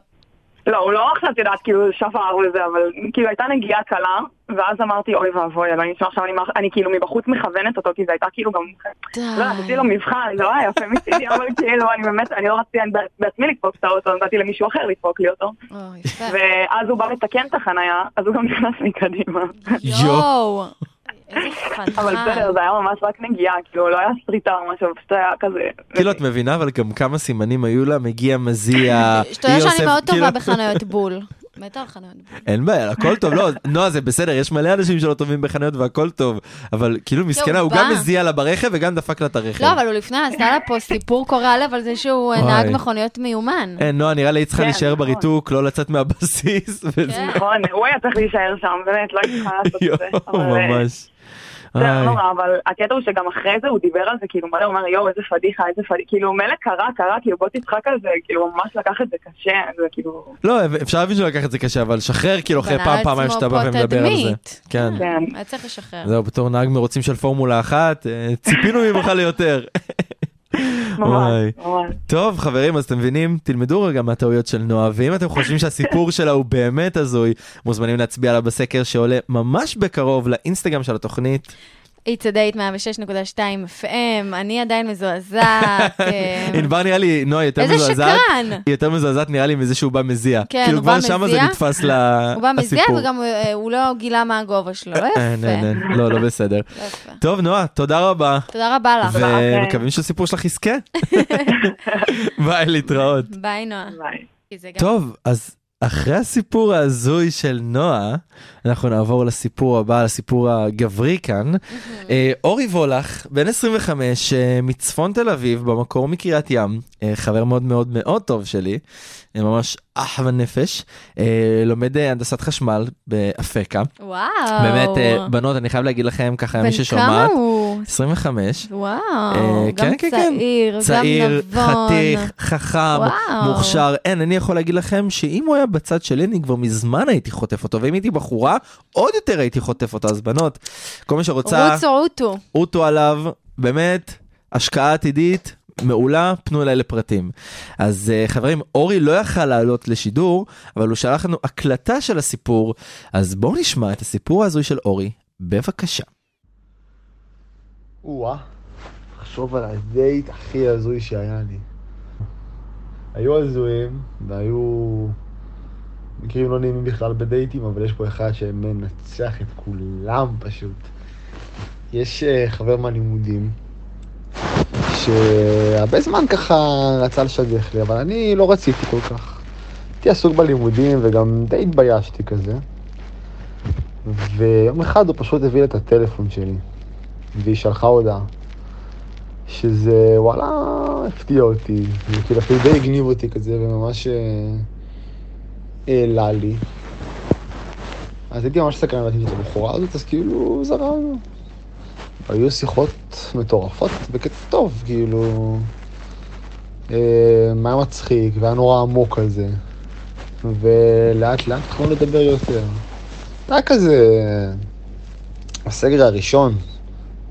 [SPEAKER 5] לא, הוא לא עכשיו, את יודעת, כאילו, שבר וזה, אבל כאילו הייתה נגיעה קלה, ואז אמרתי, אוי ואבוי, אלוהים, שמע, עכשיו אני מח- אני כאילו מבחוץ מכוונת אותו, כי זה הייתה כאילו גם
[SPEAKER 3] אה.
[SPEAKER 5] לא, עשיתי לו מבחן, זה לא היה יפה מצידי, אבל כאילו, אני באמת, אני לא רציתי אני בעצמי לדפוק את האוטו, נתתי למישהו אחר לדפוק לי אותו.
[SPEAKER 3] או, יפה.
[SPEAKER 5] ואז הוא בא לתקן את החנייה, אז הוא גם נכנס מקדימה.
[SPEAKER 3] יואו. איזה פנחה.
[SPEAKER 5] אבל בסדר, זה היה ממש רק נגיעה, כאילו, לא היה סריטה או משהו, פשוט היה כזה...
[SPEAKER 4] כאילו את מבינה אבל גם כמה סימנים היו לה, מגיע מזיע,
[SPEAKER 3] *laughs* שאתה יודע
[SPEAKER 4] היא
[SPEAKER 3] שאני
[SPEAKER 4] אוסף-
[SPEAKER 3] מאוד
[SPEAKER 4] כאילו-
[SPEAKER 3] טובה בחנויות בול. מתה על חנויות בגדים.
[SPEAKER 4] אין בעיה, הכל טוב, לא, נועה זה בסדר, יש מלא אנשים שלא טובים בחנויות והכל טוב, אבל כאילו מסכנה, הוא
[SPEAKER 3] בא.
[SPEAKER 4] גם הזיע לה ברכב וגם דפק לה את הרכב.
[SPEAKER 3] לא, אבל הוא לפני עשה לה פה סיפור קורע לב על זה שהוא אה, נהג
[SPEAKER 4] כן. וואי. אה,
[SPEAKER 3] מכוניות מיומן.
[SPEAKER 4] אין, נועה, נראה לי היא צריכה
[SPEAKER 5] כן,
[SPEAKER 4] להישאר
[SPEAKER 5] נכון.
[SPEAKER 4] בריתוק, לא לצאת מהבסיס. וזה-
[SPEAKER 3] כן.
[SPEAKER 5] נכון, הוא היה צריך להישאר שם, באמת, לא הייתי צריכה לעשות את זה.
[SPEAKER 4] יואו,
[SPEAKER 5] אבל, אה,
[SPEAKER 4] ממש.
[SPEAKER 5] זה לא
[SPEAKER 4] איי.
[SPEAKER 5] נורא, אבל הקטע הוא שגם אחרי זה הוא דיבר על זה, כאילו, מלא, הוא אמר, יואו, איזה פדיחה, איזה פדיחה, כאילו, מילא קרה, קרה, כאילו, בוא תצחק על זה, כאילו, הוא ממש לקח את זה קשה, זה כאילו,
[SPEAKER 4] לא, אפשר להבין שהוא לקח את זה קשה, אבל שחרר כאילו אחרי
[SPEAKER 3] בנה
[SPEAKER 4] פעם, פעמיים
[SPEAKER 3] לעצמו
[SPEAKER 4] שאתה בא
[SPEAKER 3] פה
[SPEAKER 4] ומדבר על זה.
[SPEAKER 3] תדמית.
[SPEAKER 4] כן.
[SPEAKER 5] כן.
[SPEAKER 3] היה צריך לשחרר.
[SPEAKER 4] זהו, בתור נהג מרוצים של פורמולה אחת, אה, ציפינו ממך ליותר. *laughs* וואי.
[SPEAKER 5] ממש, ממש.
[SPEAKER 4] טוב, חברים, אז אתם מבינים, תלמדו רגע מהטעויות של נועה, ואם אתם חושבים שהסיפור שלה הוא באמת הזוי, מוזמנים להצביע עליו בסקר שעולה ממש בקרוב לאינסטגרם של התוכנית.
[SPEAKER 3] It's a date 106.2 FM, אני עדיין
[SPEAKER 4] *laughs*
[SPEAKER 3] מזועזעת. אה,
[SPEAKER 4] ענבר נראה לי, נועה היא יותר
[SPEAKER 3] איזה
[SPEAKER 4] מזועזעת.
[SPEAKER 3] שקרן!
[SPEAKER 4] היא יותר מזועזעת נראה לי מזה שהוא בא מזיע.
[SPEAKER 3] כן,
[SPEAKER 4] כאילו
[SPEAKER 3] הוא בא
[SPEAKER 4] כבר שמה זה
[SPEAKER 3] מזיע.
[SPEAKER 4] נתפס לה-
[SPEAKER 3] הוא בא מזה,
[SPEAKER 4] הסיפור. אה,
[SPEAKER 3] וגם אה, הוא לא גילה מה הגובה שלו. לא
[SPEAKER 4] אין, אין,
[SPEAKER 3] יפה.
[SPEAKER 4] אין, לא, לא בסדר.
[SPEAKER 3] לא יפה.
[SPEAKER 4] טוב, נועה, תודה רבה.
[SPEAKER 3] תודה רבה כן. לך.
[SPEAKER 5] לכם.
[SPEAKER 4] ומקווים שהסיפור
[SPEAKER 3] *laughs*
[SPEAKER 4] שלך יזכה. ביי, להתראות.
[SPEAKER 3] ביי, נועה.
[SPEAKER 5] ביי.
[SPEAKER 3] כי זה גם-
[SPEAKER 4] טוב, אז אחרי הסיפור ההזוי של נועה, אנחנו נעבור לסיפור הבא, לסיפור הגברי כאן.
[SPEAKER 3] Mm-hmm.
[SPEAKER 4] אה, אורי וולך, בן 25, אה, מצפון תל אביב, במקור מקריית ים, אה, חבר מאוד מאוד מאוד טוב שלי, אה, ממש אח ונפש, אה, לומד אה, הנדסת חשמל באפקה.
[SPEAKER 3] וואו.
[SPEAKER 4] באמת, אה, בנות, אני חייב להגיד לכם, ככה מי
[SPEAKER 3] בן כמה
[SPEAKER 4] ששומעת,
[SPEAKER 3] הוא?
[SPEAKER 4] 25.
[SPEAKER 3] וואו,
[SPEAKER 4] אה,
[SPEAKER 3] גם
[SPEAKER 4] כן, כן, כן.
[SPEAKER 3] צעיר, גם
[SPEAKER 4] צעיר,
[SPEAKER 3] נבון.
[SPEAKER 4] חתיך, חכם,
[SPEAKER 3] וואו.
[SPEAKER 4] מוכשר. אין, אני יכול להגיד לכם שאם הוא היה בצד שלי, אני כבר מזמן הייתי חוטף אותו, ואם הייתי בחורה, עוד יותר הייתי חוטף אותו. אז בנות, כל מי שרוצה,
[SPEAKER 3] רוצו רוטו.
[SPEAKER 4] עוטו עליו, באמת, השקעה עתידית. מעולה, פנו אליי לפרטים. אז אה, חברים, אורי לא יכל לעלות לשידור, אבל הוא שלח לנו הקלטה של הסיפור, אז בואו נשמע את הסיפור ההזוי של אורי, בבקשה.
[SPEAKER 6] או-אה, תחשוב על הדייט הכי הזוי שהיה לי. היו הזויים, והיו מקרים לא נעימים בכלל בדייטים, אבל יש פה אחד שמנצח את כולם פשוט. יש אה, חבר מהלימודים, שהרבה זמן ככה רצה לשדך לי, אבל אני לא רציתי כל כך. הייתי עסוק בלימודים וגם די התביישתי כזה. ויום אחד הוא פשוט הביא לי את הטלפון שלי. והיא שלחה הודעה. שזה וואלה, הפתיע אותי, וכאילו אפילו די הגניב אותי כזה, וממש אה, העלה לי. אז הייתי ממש סקרן לדעת אם זאת הבחורה הזאת, אז כאילו זרמנו. היו שיחות מטורפות בקטע טוב, כאילו... אה, מה היה מצחיק, והיה נורא עמוק על זה. ולאט לאט התחלנו לדבר יותר. היה כזה... הסגר הראשון,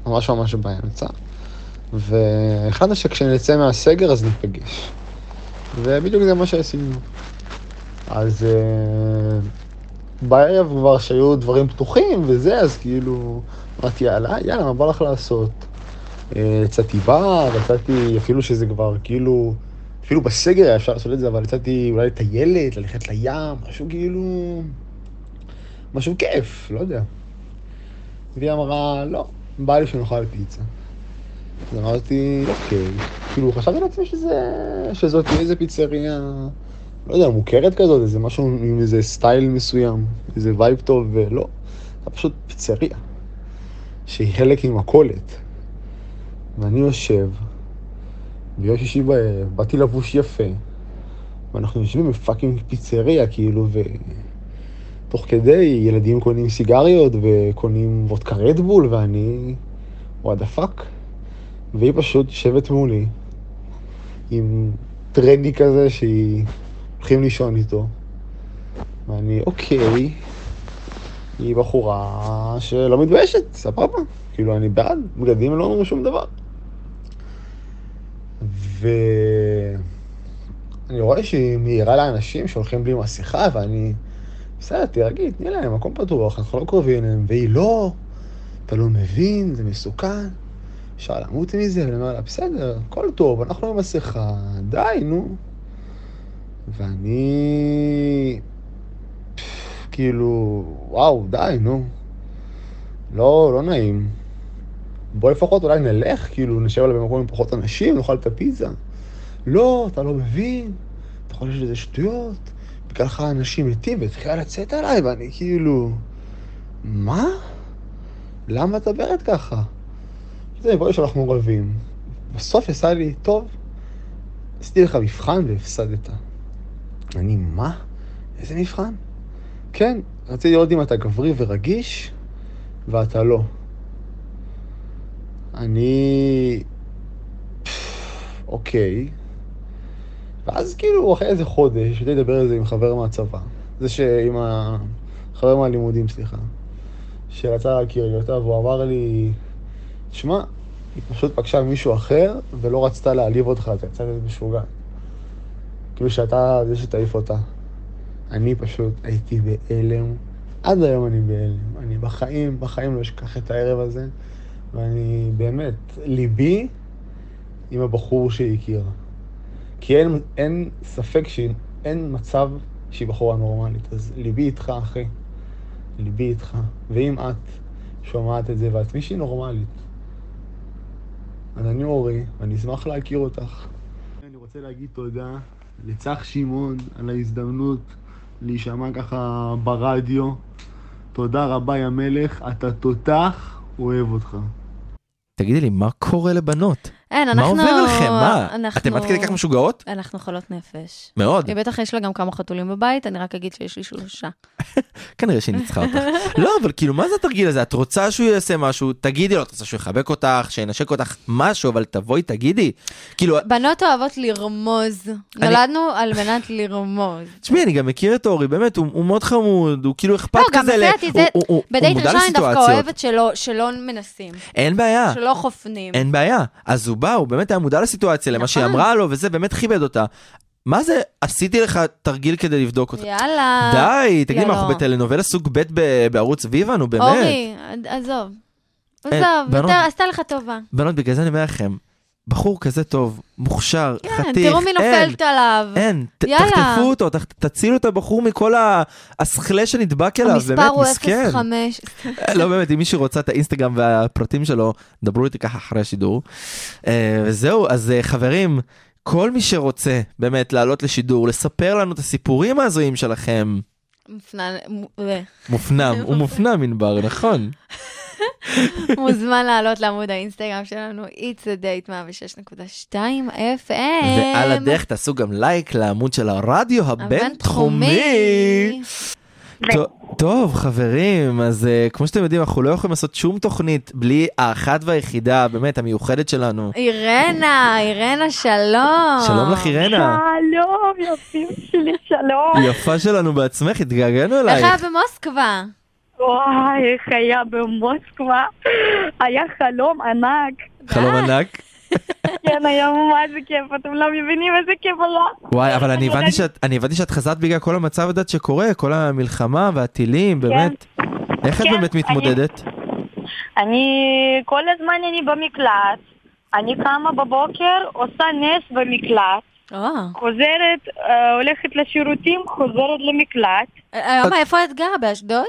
[SPEAKER 6] ממש ממש באמצע. והחלטנו שכשנצא מהסגר אז ניפגש. ובדיוק זה מה שעשינו. אז אה, בערב כבר שהיו דברים פתוחים וזה, אז כאילו אמרתי, יאללה, יאללה, מה בא לך לעשות? אה, יצאתי בר, יצאתי, אפילו שזה כבר כאילו, אפילו בסגר היה אפשר לעשות את זה, אבל יצאתי אולי לטיילת, ללכת לים, משהו כאילו, משהו כיף, לא יודע. והיא אמרה, לא, בא לי שנאכל פיצה. אז אמרתי, אוקיי. כאילו, חשבתי לעצמי שזה... שזאת תהיה איזה פיצריה, לא יודע, מוכרת כזאת, איזה משהו עם איזה סטייל מסוים, איזה וייב טוב, ולא. זה פשוט פיצריה, שהיא חלק ממכולת. ואני יושב, ביום שישי בערב, באתי לבוש יפה, ואנחנו יושבים בפאקינג פיצריה, כאילו, ו... תוך כדי, ילדים קונים סיגריות וקונים וודקה רדבול, ואני... וואט דה פאק. והיא פשוט יושבת מולי, עם טרנדי כזה שהיא... הולכים לישון איתו. ואני, אוקיי, היא בחורה שלא מתביישת, סבבה. כאילו, אני בעד, בגדים לא אומרים שום דבר. ואני רואה שהיא מעירה לאנשים שהולכים בלי מסכה, ואני... בסדר, תירגעי, תני להם, מקום פתוח, אנחנו לא קרובים אליהם. והיא, לא, אתה לא מבין, זה מסוכן. אפשר למות מזה, ואני אומר לה, בסדר, הכל טוב, אנחנו עם מסכה, די, נו. ואני... פפ, כאילו, וואו, די, נו. לא, לא נעים. בוא לפחות אולי נלך, כאילו, נשב עליו במקום עם פחות אנשים, נאכל את הפיצה. לא, אתה לא מבין, אתה חושב שזה שטויות, וככה אנשים מתים, והתחילה לצאת עליי, ואני כאילו... מה? למה את מדברת ככה? זה מפה שאנחנו רבים. בסוף יצא לי, טוב, עשיתי לך מבחן והפסדת. אני, מה? איזה מבחן? כן, רציתי לראות אם אתה גברי ורגיש, ואתה לא. אני... אוקיי. ואז כאילו, אחרי איזה חודש, הייתי לדבר על זה עם חבר מהצבא. זה שעם ה... חבר מהלימודים, סליחה. שרצה להכיר לי אותה, והוא אמר לי, שמע, היא פשוט פגשה עם מישהו אחר, ולא רצתה להעליב אותך, אתה יצא לזה משוגע. כאילו שאתה זה שתעיף אותה. אני פשוט הייתי בהלם. עד היום אני בהלם. אני בחיים, בחיים לא אשכח את הערב הזה, ואני באמת, ליבי עם הבחור שהיא הכירה. כי אין, אין ספק שאין מצב שהיא בחורה נורמלית. אז ליבי איתך, אחי. ליבי איתך. ואם את שומעת את זה ואת מישהי נורמלית, אז אני אורי, ואני אשמח להכיר אותך. אני רוצה להגיד תודה לצח שמעון על ההזדמנות להישמע ככה ברדיו. תודה רבה, יא מלך, אתה תותח, אוהב אותך.
[SPEAKER 4] תגידי לי, מה קורה לבנות?
[SPEAKER 3] אין,
[SPEAKER 4] מה
[SPEAKER 3] כן, אנחנו...
[SPEAKER 4] עובר לכם? מה?
[SPEAKER 3] אנחנו-
[SPEAKER 4] אתם עד כדי כך אוקיי. משוגעות?
[SPEAKER 3] אנחנו חולות נפש.
[SPEAKER 4] מאוד.
[SPEAKER 3] היא בטח יש לה גם כמה חתולים בבית, אני רק אגיד שיש לי שלושה.
[SPEAKER 4] כנראה שהיא ניצחה אותך. לא, אבל כאילו, מה זה התרגיל הזה? את רוצה שהוא יעשה משהו, תגידי לו, את רוצה שהוא יחבק אותך, שינשק אותך, משהו, אבל תבואי, תגידי. כאילו,
[SPEAKER 3] בנות אוהבות לרמוז.
[SPEAKER 4] אני-
[SPEAKER 3] נולדנו על מנת לרמוז.
[SPEAKER 4] תשמעי, אני גם מכיר את אורי, באמת, הוא, הוא מאוד חמוד, הוא כאילו אכפת
[SPEAKER 3] לא, גם
[SPEAKER 4] כזה,
[SPEAKER 3] בזה את
[SPEAKER 4] הוא,
[SPEAKER 3] זה-
[SPEAKER 4] הוא, הוא, הוא
[SPEAKER 3] בדייט
[SPEAKER 4] מודע
[SPEAKER 3] ראשון אני דווקא
[SPEAKER 4] לסיטואציות.
[SPEAKER 3] אוהבת שלא- שלא מנסים,
[SPEAKER 4] אין בעיה,
[SPEAKER 3] שלא חופנים.
[SPEAKER 4] אין בעיה. אז הוא בא, הוא באמת היה מודע לסיטואציה, למה
[SPEAKER 3] נכון.
[SPEAKER 4] שהיא אמרה לו, וזה באמת כיבד אותה. מה זה, עשיתי לך תרגיל כדי לבדוק אותך.
[SPEAKER 3] יאללה. לא,
[SPEAKER 4] די, תגידי, מה,
[SPEAKER 3] יאללה.
[SPEAKER 4] אנחנו בטלנובלה סוג ב' ב- בערוץ ויווה, נו באמת.
[SPEAKER 3] אורי, עד- עזוב.
[SPEAKER 4] אין,
[SPEAKER 3] עזוב,
[SPEAKER 4] בנות-
[SPEAKER 3] יותר עשתה לך טובה.
[SPEAKER 4] בנות, בגלל זה אני אומר לכם, בחור כזה טוב, מוכשר,
[SPEAKER 3] כן,
[SPEAKER 4] חתיך,
[SPEAKER 3] תראו מי
[SPEAKER 4] אין,
[SPEAKER 3] נופלת עליו.
[SPEAKER 4] אין, ת-
[SPEAKER 3] יאללה.
[SPEAKER 4] תחטפו אותו, תח- תצילו את הבחור מכל ה- השכלה שנדבק אליו,
[SPEAKER 3] המספר
[SPEAKER 4] באמת,
[SPEAKER 3] הוא
[SPEAKER 4] מסכן.
[SPEAKER 3] 05.
[SPEAKER 4] לא באמת, אם מישהו רוצה את האינסטגרם והפרטים שלו, דברו איתי ככה אחרי השידור. אה, וזהו, אז אה, חברים, כל מי שרוצה באמת לעלות לשידור, לספר לנו את הסיפורים ההזויים שלכם,
[SPEAKER 3] מופנה- מ- אה, *laughs*
[SPEAKER 4] מופנם, הוא מופנם ענבר, נכון.
[SPEAKER 3] *laughs* מוזמן לעלות לעמוד האינסטגרם שלנו, it's a date 106.2 FM.
[SPEAKER 4] ועל הדרך תעשו גם לייק לעמוד של הרדיו הבינתחומי. טוב- טוב חברים, אז אה, כמו שאתם יודעים אנחנו לא יכולים לעשות שום תוכנית בלי האחת והיחידה, באמת המיוחדת שלנו.
[SPEAKER 3] אירנה, אירנה,
[SPEAKER 5] אה,
[SPEAKER 3] שלום.
[SPEAKER 4] שלום לך אירנה,
[SPEAKER 5] שלום, יפים שלי, שלום.
[SPEAKER 4] יפה שלנו בעצמך, התגעגענו
[SPEAKER 3] איך היה
[SPEAKER 4] אלייך.
[SPEAKER 3] במוסקבה?
[SPEAKER 5] וואי, איך היה במוסקבה. היה חלום ענק.
[SPEAKER 4] חלום ענק.
[SPEAKER 5] כן, היה ממש כיף, אתם לא מבינים איזה כיף עלה.
[SPEAKER 4] וואי, אבל אני
[SPEAKER 5] אני
[SPEAKER 4] הבנתי
[SPEAKER 5] יודעת-
[SPEAKER 4] שאת- אני הבנתי שאת חזרת בגלל כל המצב הדת שקורה, כל המלחמה והטילים, באמת. איך את
[SPEAKER 5] כן,
[SPEAKER 4] באמת
[SPEAKER 5] אני-
[SPEAKER 4] מתמודדת?
[SPEAKER 5] אני, כל הזמן אני במקלט. אני קמה בבוקר, עושה נס במקלט.
[SPEAKER 3] או,
[SPEAKER 5] חוזרת, אה, הולכת לשירותים, חוזרת למקלט.
[SPEAKER 3] היום איפה את גרה? באשדוד?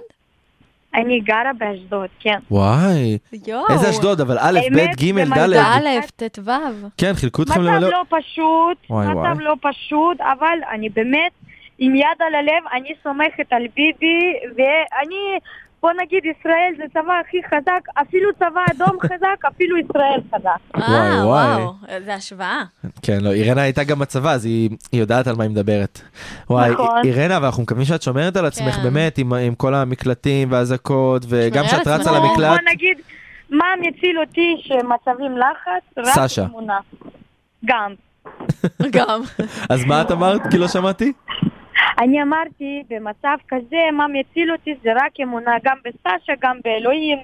[SPEAKER 5] אני גרה באשדוד, כן.
[SPEAKER 4] וואי,
[SPEAKER 3] יואו.
[SPEAKER 4] איזה אשדוד, אבל א', ב',
[SPEAKER 5] האמת,
[SPEAKER 4] ג',
[SPEAKER 5] זה
[SPEAKER 4] ד'.
[SPEAKER 5] מזל.
[SPEAKER 3] א', ט"ו.
[SPEAKER 4] כן, חילקו אתכם
[SPEAKER 5] מצב
[SPEAKER 4] למלא...
[SPEAKER 5] לא פשוט,
[SPEAKER 4] וואי,
[SPEAKER 5] מצב
[SPEAKER 4] וואי.
[SPEAKER 5] לא פשוט, אבל אני באמת, עם יד על הלב, אני סומכת על ביבי, ואני, בוא נגיד, ישראל זה צבא הכי חזק, אפילו צבא אדום חזק, אפילו ישראל חזק.
[SPEAKER 4] וואי,
[SPEAKER 3] אה,
[SPEAKER 4] וואי.
[SPEAKER 3] וואו, איזה השוואה.
[SPEAKER 4] כן, לא, אירנה הייתה גם בצבא, אז היא, היא יודעת על מה היא מדברת. וואי,
[SPEAKER 5] נכון.
[SPEAKER 4] אירנה, ואנחנו מקווים שאת שומרת על עצמך,
[SPEAKER 3] כן.
[SPEAKER 4] באמת, עם, עם כל המקלטים והאזעקות, וגם
[SPEAKER 3] על
[SPEAKER 4] שאת רצה
[SPEAKER 3] עצמך.
[SPEAKER 4] למקלט,
[SPEAKER 5] בוא נגיד, מה מציל אותי שמצבים לחץ? רק
[SPEAKER 4] סשה.
[SPEAKER 5] תמונה. גם.
[SPEAKER 3] גם.
[SPEAKER 5] נכון.
[SPEAKER 4] אז מה את אמרת? כי לא שמעתי?
[SPEAKER 5] אני אמרתי, במצב כזה, מה מציל אותי זה רק אמונה, גם בסשה, גם באלוהים.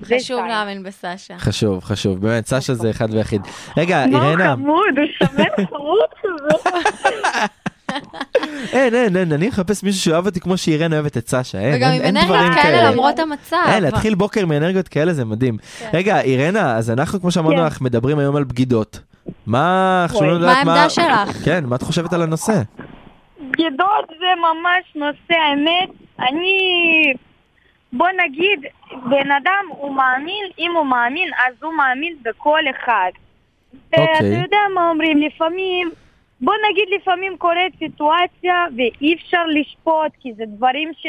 [SPEAKER 5] זה
[SPEAKER 3] חשוב
[SPEAKER 5] שי.
[SPEAKER 3] להאמין בסשה.
[SPEAKER 4] חשוב, חשוב, באמת, סשה זה אחד ויחיד. רגע,
[SPEAKER 5] לא,
[SPEAKER 4] אירנה,
[SPEAKER 5] חמוד, הוא שומר חמוד כזה.
[SPEAKER 4] אין, אין, אין, אני מחפש מישהו שאוהב אותי כמו שאירנה אוהבת את סשה, אין,
[SPEAKER 3] וגם
[SPEAKER 4] כן, אין,
[SPEAKER 3] עם
[SPEAKER 4] אין
[SPEAKER 3] אנרגיות
[SPEAKER 4] דברים
[SPEAKER 3] כאלה
[SPEAKER 4] כאלה.
[SPEAKER 3] למרות המצב.
[SPEAKER 4] אה, להתחיל בוקר מאנרגיות כאלה זה מדהים.
[SPEAKER 3] כן.
[SPEAKER 4] רגע, אירנה, אז אנחנו, כמו שאמרנו
[SPEAKER 5] כן.
[SPEAKER 4] לך, מדברים היום על בגידות. מה, חשוב לנו
[SPEAKER 5] אוי.
[SPEAKER 4] לדעת
[SPEAKER 3] מה
[SPEAKER 4] מה...
[SPEAKER 3] העמדה שלך?
[SPEAKER 4] כן, מה את חושבת על הנושא?
[SPEAKER 5] בגידות זה ממש נושא האמת. אני, בוא נגיד, בן אדם הוא מאמין, אם הוא מאמין, אז הוא מאמין בכל אחד. ואתה
[SPEAKER 4] אוקיי.
[SPEAKER 5] יודע מה אומרים, לפעמים
[SPEAKER 7] בוא נגיד לפעמים קורית סיטואציה ואי אפשר לשפוט, כי זה דברים ש...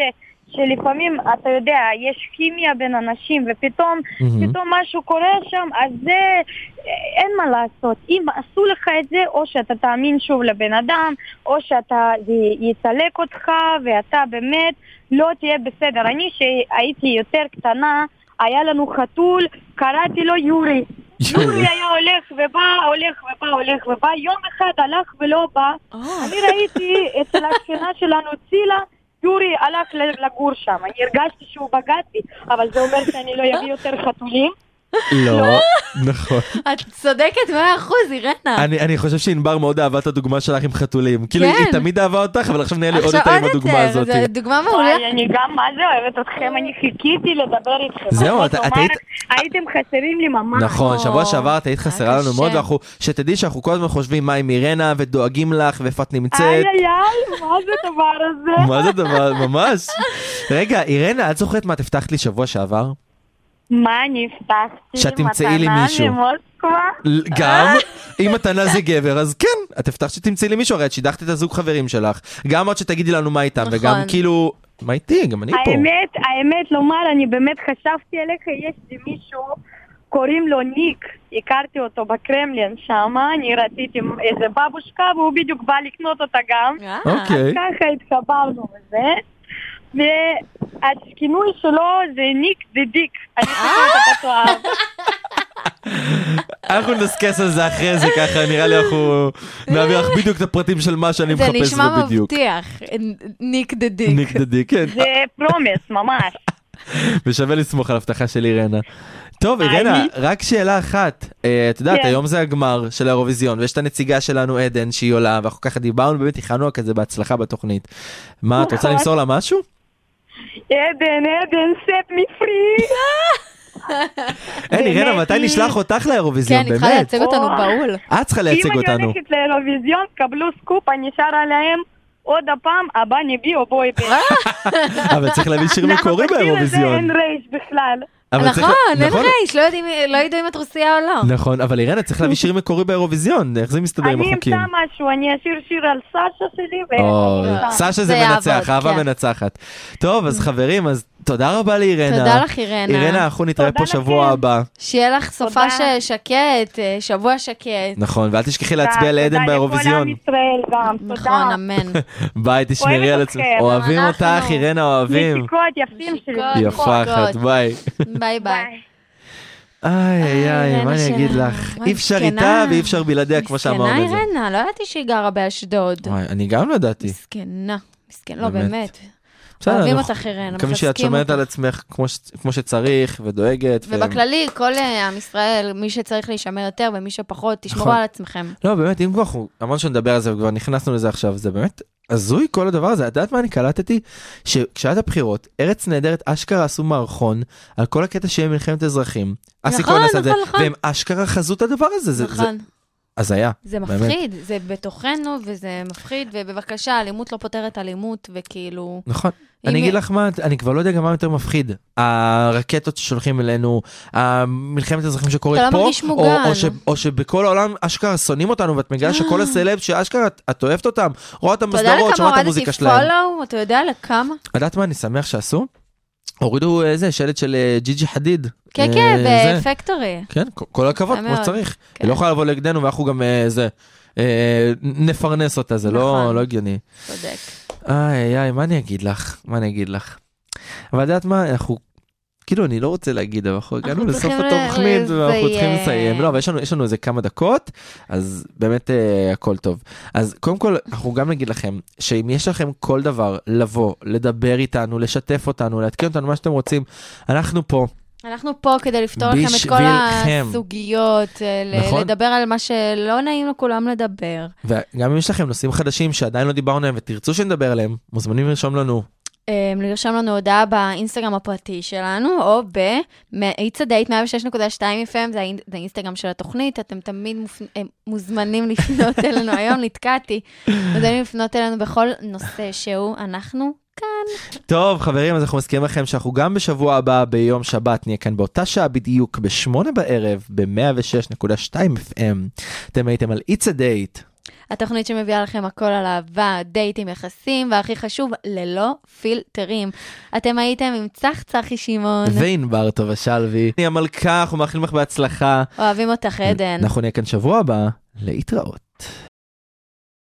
[SPEAKER 7] שלפעמים, אתה יודע, יש כימיה בין אנשים, ופתאום
[SPEAKER 4] מהמם.
[SPEAKER 7] פתאום משהו קורה שם, אז זה... אין מה לעשות. אם עשו לך את זה, או שאתה תאמין שוב לבן אדם, או שאתה... זה יצלק אותך, ואתה באמת לא תהיה בסדר. אני, שהייתי יותר קטנה, היה לנו חתול, קראתי לו יורי.
[SPEAKER 4] כן.
[SPEAKER 7] יורי היה הולך ובא, הולך ובא, הולך ובא, יום אחד הלך ולא בא.
[SPEAKER 3] אה,
[SPEAKER 7] אני ראיתי אצל השכנה שלנו צילה, יורי הלך ל- לגור שם. אני הרגשתי שהוא בגד בי, אבל זה אומר שאני לא אביא יותר חתולים.
[SPEAKER 4] לא, נכון.
[SPEAKER 3] את צודקת 100%, אירנה.
[SPEAKER 4] אני, אני חושב שענבר מאוד אהבה את הדוגמה שלך עם חתולים. כאילו,
[SPEAKER 3] כן.
[SPEAKER 4] היא תמיד אהבה אותך, אבל עכשיו נהיה לי עוד
[SPEAKER 3] עכשיו
[SPEAKER 4] יותר עם הדוגמה הזאת.
[SPEAKER 3] זו דוגמה מעולה.
[SPEAKER 7] וואי, אני גם מה זה אוהבת אתכם, אני חיכיתי לדבר איתכם.
[SPEAKER 4] זהו, את-
[SPEAKER 7] זאת
[SPEAKER 4] את
[SPEAKER 7] אומרת,
[SPEAKER 4] היית-
[SPEAKER 7] הייתם חסרים לי ממש.
[SPEAKER 4] נכון,
[SPEAKER 3] או,
[SPEAKER 4] שבוע שעבר את היית
[SPEAKER 3] היה
[SPEAKER 4] חסרה לנו
[SPEAKER 3] קשה.
[SPEAKER 4] מאוד, ואנחנו, שתדעי שאנחנו כל הזמן חושבים מה עם אירנה, ודואגים לך, ואיפה את
[SPEAKER 7] איי
[SPEAKER 4] נמצאת.
[SPEAKER 7] איי איי, מה זה הדבר
[SPEAKER 4] *laughs*
[SPEAKER 7] הזה?
[SPEAKER 4] מה זה דבר, ממש. רגע, אירנה, את זוכרת מה את הבטחת לי שבוע שעבר?
[SPEAKER 7] מה אני הבטחתי?
[SPEAKER 4] שאת תמצאי לי מישהו.
[SPEAKER 7] מתנה ממוסקבה?
[SPEAKER 4] ל- גם, אם מתנה זה גבר, אז כן, את הבטחת שתמצאי לי מישהו, הרי את שידכת את הזוג חברים שלך. גם עוד שתגידי לנו מה איתם, וגם
[SPEAKER 3] נכון.
[SPEAKER 4] כאילו, מה איתי? גם אני פה.
[SPEAKER 7] האמת, האמת לומר, אני באמת חשבתי עליך, יש לי מישהו, קוראים לו ניק, הכרתי אותו בקרמלין שם, אני רציתי איזה בבושקה והוא בדיוק בא לקנות אותה גם,
[SPEAKER 3] אה,
[SPEAKER 4] אוקיי.
[SPEAKER 7] ככה התחברנו וזה, והכינוי שלו זה ניק דה דיק, אני
[SPEAKER 4] אה?
[SPEAKER 7] חושבת את התואר.
[SPEAKER 4] אנחנו נדסקס על זה אחרי זה ככה, נראה לי אנחנו נעביר לך בדיוק את הפרטים של מה שאני
[SPEAKER 3] זה
[SPEAKER 4] מחפש
[SPEAKER 3] נשמע
[SPEAKER 4] בו בדיוק.
[SPEAKER 3] מבטיח. ניק דה דיק.
[SPEAKER 4] ניק דדי, כן,
[SPEAKER 7] זה פרומס, ממש.
[SPEAKER 4] ושווה לסמוך על הבטחה של אירנה. טוב, אירנה, רק שאלה אחת. אה, את יודעת,
[SPEAKER 7] כן.
[SPEAKER 4] היום זה הגמר של האירוויזיון, ויש את הנציגה שלנו, עדן, שהיא עולה, ואנחנו ככה דיברנו, באמת איחלנו לה כזה בהצלחה בתוכנית. מה, את רוצה
[SPEAKER 7] נכון.
[SPEAKER 4] למסור לה משהו?
[SPEAKER 7] עדן, עדן, set me
[SPEAKER 4] *laughs*
[SPEAKER 7] free.
[SPEAKER 4] אין, אירנה,
[SPEAKER 7] באמת,
[SPEAKER 4] מתי
[SPEAKER 7] היא-
[SPEAKER 4] נשלח אותך לאירוויזיון,
[SPEAKER 3] כן, היא צריכה
[SPEAKER 4] באמת?
[SPEAKER 3] לייצג אותנו
[SPEAKER 7] או.
[SPEAKER 3] בהול.
[SPEAKER 4] את צריכה לייצג
[SPEAKER 7] אם אני
[SPEAKER 4] אותנו.
[SPEAKER 7] הולכת לאירוויזיון, קבלו סקופ, אני שרה להם עוד הפעם, הבא ניבי או בואי בי.
[SPEAKER 4] אבל צריך להביא שיר מקורי
[SPEAKER 7] אנחנו
[SPEAKER 4] אה, באירוויזיון.
[SPEAKER 7] אין רייש בכלל.
[SPEAKER 4] אבל צריך-
[SPEAKER 3] נכון, אין רייש, לא יודעים- לא ידעו אם את רוסייה או לא.
[SPEAKER 4] נכון, אבל אירנה, צריך להביא שיר מקורי באירוויזיון, איך זה מסתדר עם
[SPEAKER 7] אה. אני אה,
[SPEAKER 4] החוקים?
[SPEAKER 7] אמצא משהו, אני אשיר שיר על סשה שלי,
[SPEAKER 4] או,
[SPEAKER 7] ואני אמצא.
[SPEAKER 4] סשה
[SPEAKER 3] זה
[SPEAKER 4] זה מנצח,
[SPEAKER 3] יעבוד,
[SPEAKER 4] אהבה
[SPEAKER 3] כן.
[SPEAKER 4] מנצחת. טוב,
[SPEAKER 7] אה.
[SPEAKER 4] אז חברים, אז תודה רבה לאירנה.
[SPEAKER 3] תודה לך, אירנה.
[SPEAKER 4] אירנה, אנחנו נתראה
[SPEAKER 7] תודה
[SPEAKER 4] פה שבוע
[SPEAKER 7] לכם.
[SPEAKER 4] הבא.
[SPEAKER 3] שיהיה לך סופה
[SPEAKER 7] תודה.
[SPEAKER 3] ש- שקט, אה, שבוע שקט.
[SPEAKER 4] נכון, ואל תשכחי להצביע לעדן
[SPEAKER 7] תודה לכל
[SPEAKER 4] באירוויזיון.
[SPEAKER 7] עם ישראל גם, תודה.
[SPEAKER 3] נכון,
[SPEAKER 4] *laughs*
[SPEAKER 3] אמן.
[SPEAKER 4] ביי, תשמרי
[SPEAKER 7] אוהבת
[SPEAKER 4] על עצמך.
[SPEAKER 7] אתכם,
[SPEAKER 4] אוהבים
[SPEAKER 3] אנחנו.
[SPEAKER 4] אותך, אירנה, אוהבים.
[SPEAKER 7] נשיקות יפים שלי.
[SPEAKER 3] נשיקות.
[SPEAKER 4] יפה אחת,
[SPEAKER 3] נשיקות.
[SPEAKER 4] ביי.
[SPEAKER 3] ביי ביי.
[SPEAKER 7] ביי.
[SPEAKER 4] איי, איי, איי, מה
[SPEAKER 3] אירנה
[SPEAKER 4] אני אגיד
[SPEAKER 3] שלנו.
[SPEAKER 4] לך?
[SPEAKER 3] וואי,
[SPEAKER 4] אי אפשר
[SPEAKER 3] מסכנה.
[SPEAKER 4] איתה ואי אפשר בלעדיה, כמו שאמרנו את זה.
[SPEAKER 3] מסכנה אירנה, לא ידעתי שהיא גרה באשדוד.
[SPEAKER 4] וואי, אני גם לא ידעתי.
[SPEAKER 3] מסכנה, מסכנה, לא
[SPEAKER 4] באמת.
[SPEAKER 3] באמת.
[SPEAKER 4] בסדר,
[SPEAKER 3] אוהבים
[SPEAKER 4] אנחנו-
[SPEAKER 3] אותך, אירנה,
[SPEAKER 4] מקווה שאת
[SPEAKER 3] מחזקים
[SPEAKER 4] שומרת
[SPEAKER 3] אותך.
[SPEAKER 4] על עצמך כמו ש- כמו שצריך ודואגת. ו-
[SPEAKER 3] ובכללי, כל אה, עם ישראל, מי שצריך להישמר יותר ומי שפחות, תשמרו
[SPEAKER 4] נכון.
[SPEAKER 3] על עצמכם.
[SPEAKER 4] לא, באמת, אם כבר אנחנו אמרנו שנדבר על זה וכבר נכנסנו לזה עכשיו, זה באמת הזוי כל הדבר הזה. את יודעת מה אני קלטתי? שכשהיה את הבחירות, ארץ נהדרת אשכרה עשו מערכון על כל הקטע שיהיה מלחמת אזרחים. אסי
[SPEAKER 3] נכון,
[SPEAKER 4] כהן עשה את זה,
[SPEAKER 3] נכון, נכון.
[SPEAKER 4] והם אשכרה חזו את הדבר הזה. זה- זה
[SPEAKER 3] נכון.
[SPEAKER 4] הזיה.
[SPEAKER 3] זה
[SPEAKER 4] באמת.
[SPEAKER 3] מפחיד, זה בתוכנו וזה מפחיד, ובבקשה, אלימות לא פותרת אלימות, וכאילו...
[SPEAKER 4] נכון.
[SPEAKER 3] אם-
[SPEAKER 4] אני אגיד לך מה, אני כבר לא יודע גם מה יותר מפחיד. הרקטות ששולחים אלינו, המלחמת האזרחים שקורית
[SPEAKER 3] אתה לא
[SPEAKER 4] פה,
[SPEAKER 3] מרגיש
[SPEAKER 4] או-
[SPEAKER 3] מוגן. אה.
[SPEAKER 4] או ש- או שבכל העולם אשכרה שונאים אותנו, ואת מגיעה שכל הסלב שאשכרה את- את אוהבת אותם, רואה אותם
[SPEAKER 3] אתה יודע
[SPEAKER 4] בסדרות,
[SPEAKER 3] לכמה
[SPEAKER 4] שומעת את
[SPEAKER 3] הורדתי
[SPEAKER 4] המוזיקה שלהם.
[SPEAKER 3] פולו? אתה יודע לכמה?
[SPEAKER 4] את יודעת מה אני שמח שעשו? הורידו איזה שלט של אה, ג'יג'י חדיד.
[SPEAKER 3] כן,
[SPEAKER 4] אה,
[SPEAKER 3] כן,
[SPEAKER 4] זה.
[SPEAKER 3] בפקטורי.
[SPEAKER 4] כן, כל- כל הכבוד,
[SPEAKER 3] יפה
[SPEAKER 4] כמו
[SPEAKER 3] מאוד.
[SPEAKER 4] שצריך.
[SPEAKER 3] כן.
[SPEAKER 4] היא לא יכולה לבוא נגדנו ואנחנו גם אה, זה, אה, נפרנס אותה, זה לא
[SPEAKER 3] נכון.
[SPEAKER 4] לא הגיוני.
[SPEAKER 3] צודק.
[SPEAKER 4] איי איי, מה אני אגיד לך? מה אני אגיד לך? אבל את יודעת מה, אנחנו... כאילו, אני לא רוצה להגיד, אבל אנחנו הגענו
[SPEAKER 3] אנחנו
[SPEAKER 4] לסוף
[SPEAKER 3] צריכים
[SPEAKER 4] התוכנית,
[SPEAKER 3] ל-
[SPEAKER 4] ואנחנו צריכים
[SPEAKER 3] לסיים.
[SPEAKER 4] לסיים. לא, אבל יש לנו- יש לנו איזה כמה דקות, אז באמת אה, הכל טוב. אז קודם כל, אנחנו גם נגיד לכם, שאם יש לכם כל דבר, לבוא, לדבר איתנו, לשתף אותנו, להתקין אותנו, מה שאתם רוצים, אנחנו פה.
[SPEAKER 3] אנחנו פה כדי לפתור לכם את כל
[SPEAKER 4] בשבילכם.
[SPEAKER 3] הסוגיות, אה, ל-
[SPEAKER 4] נכון.
[SPEAKER 3] לדבר על מה שלא נעים לכולם לדבר.
[SPEAKER 4] וגם אם יש לכם נושאים חדשים שעדיין לא דיברנו עליהם ותרצו שנדבר עליהם, מוזמנים לרשום לנו.
[SPEAKER 3] אה, לרשום לנו הודעה באינסטגרם הפרטי שלנו, או ב- מ- It's a date 106.2 FM, זה האינ- זה האינסטגרם של התוכנית, אתם תמיד מופ- אה, מוזמנים לפנות אלינו, היום נתקעתי, מוזמנים לפנות אלינו בכל נושא שהוא, אנחנו כאן.
[SPEAKER 4] טוב, חברים, אז אנחנו מזכירים לכם שאנחנו גם בשבוע הבא, ביום שבת, נהיה כאן באותה שעה בדיוק, ב-8 בערב, ב-106.2 FM. אתם הייתם על It's a Date.
[SPEAKER 3] התוכנית שמביאה לכם הכל על אהבה, דייטים, יחסים, והכי חשוב, ללא פילטרים. אתם הייתם עם צח צחי שמעון,
[SPEAKER 4] וענבר טובה שלוי. אני המלכה, אנחנו מאחלים לך בהצלחה.
[SPEAKER 3] אוהבים אותך עדן.
[SPEAKER 4] אנחנו נהיה כאן שבוע הבא, להתראות.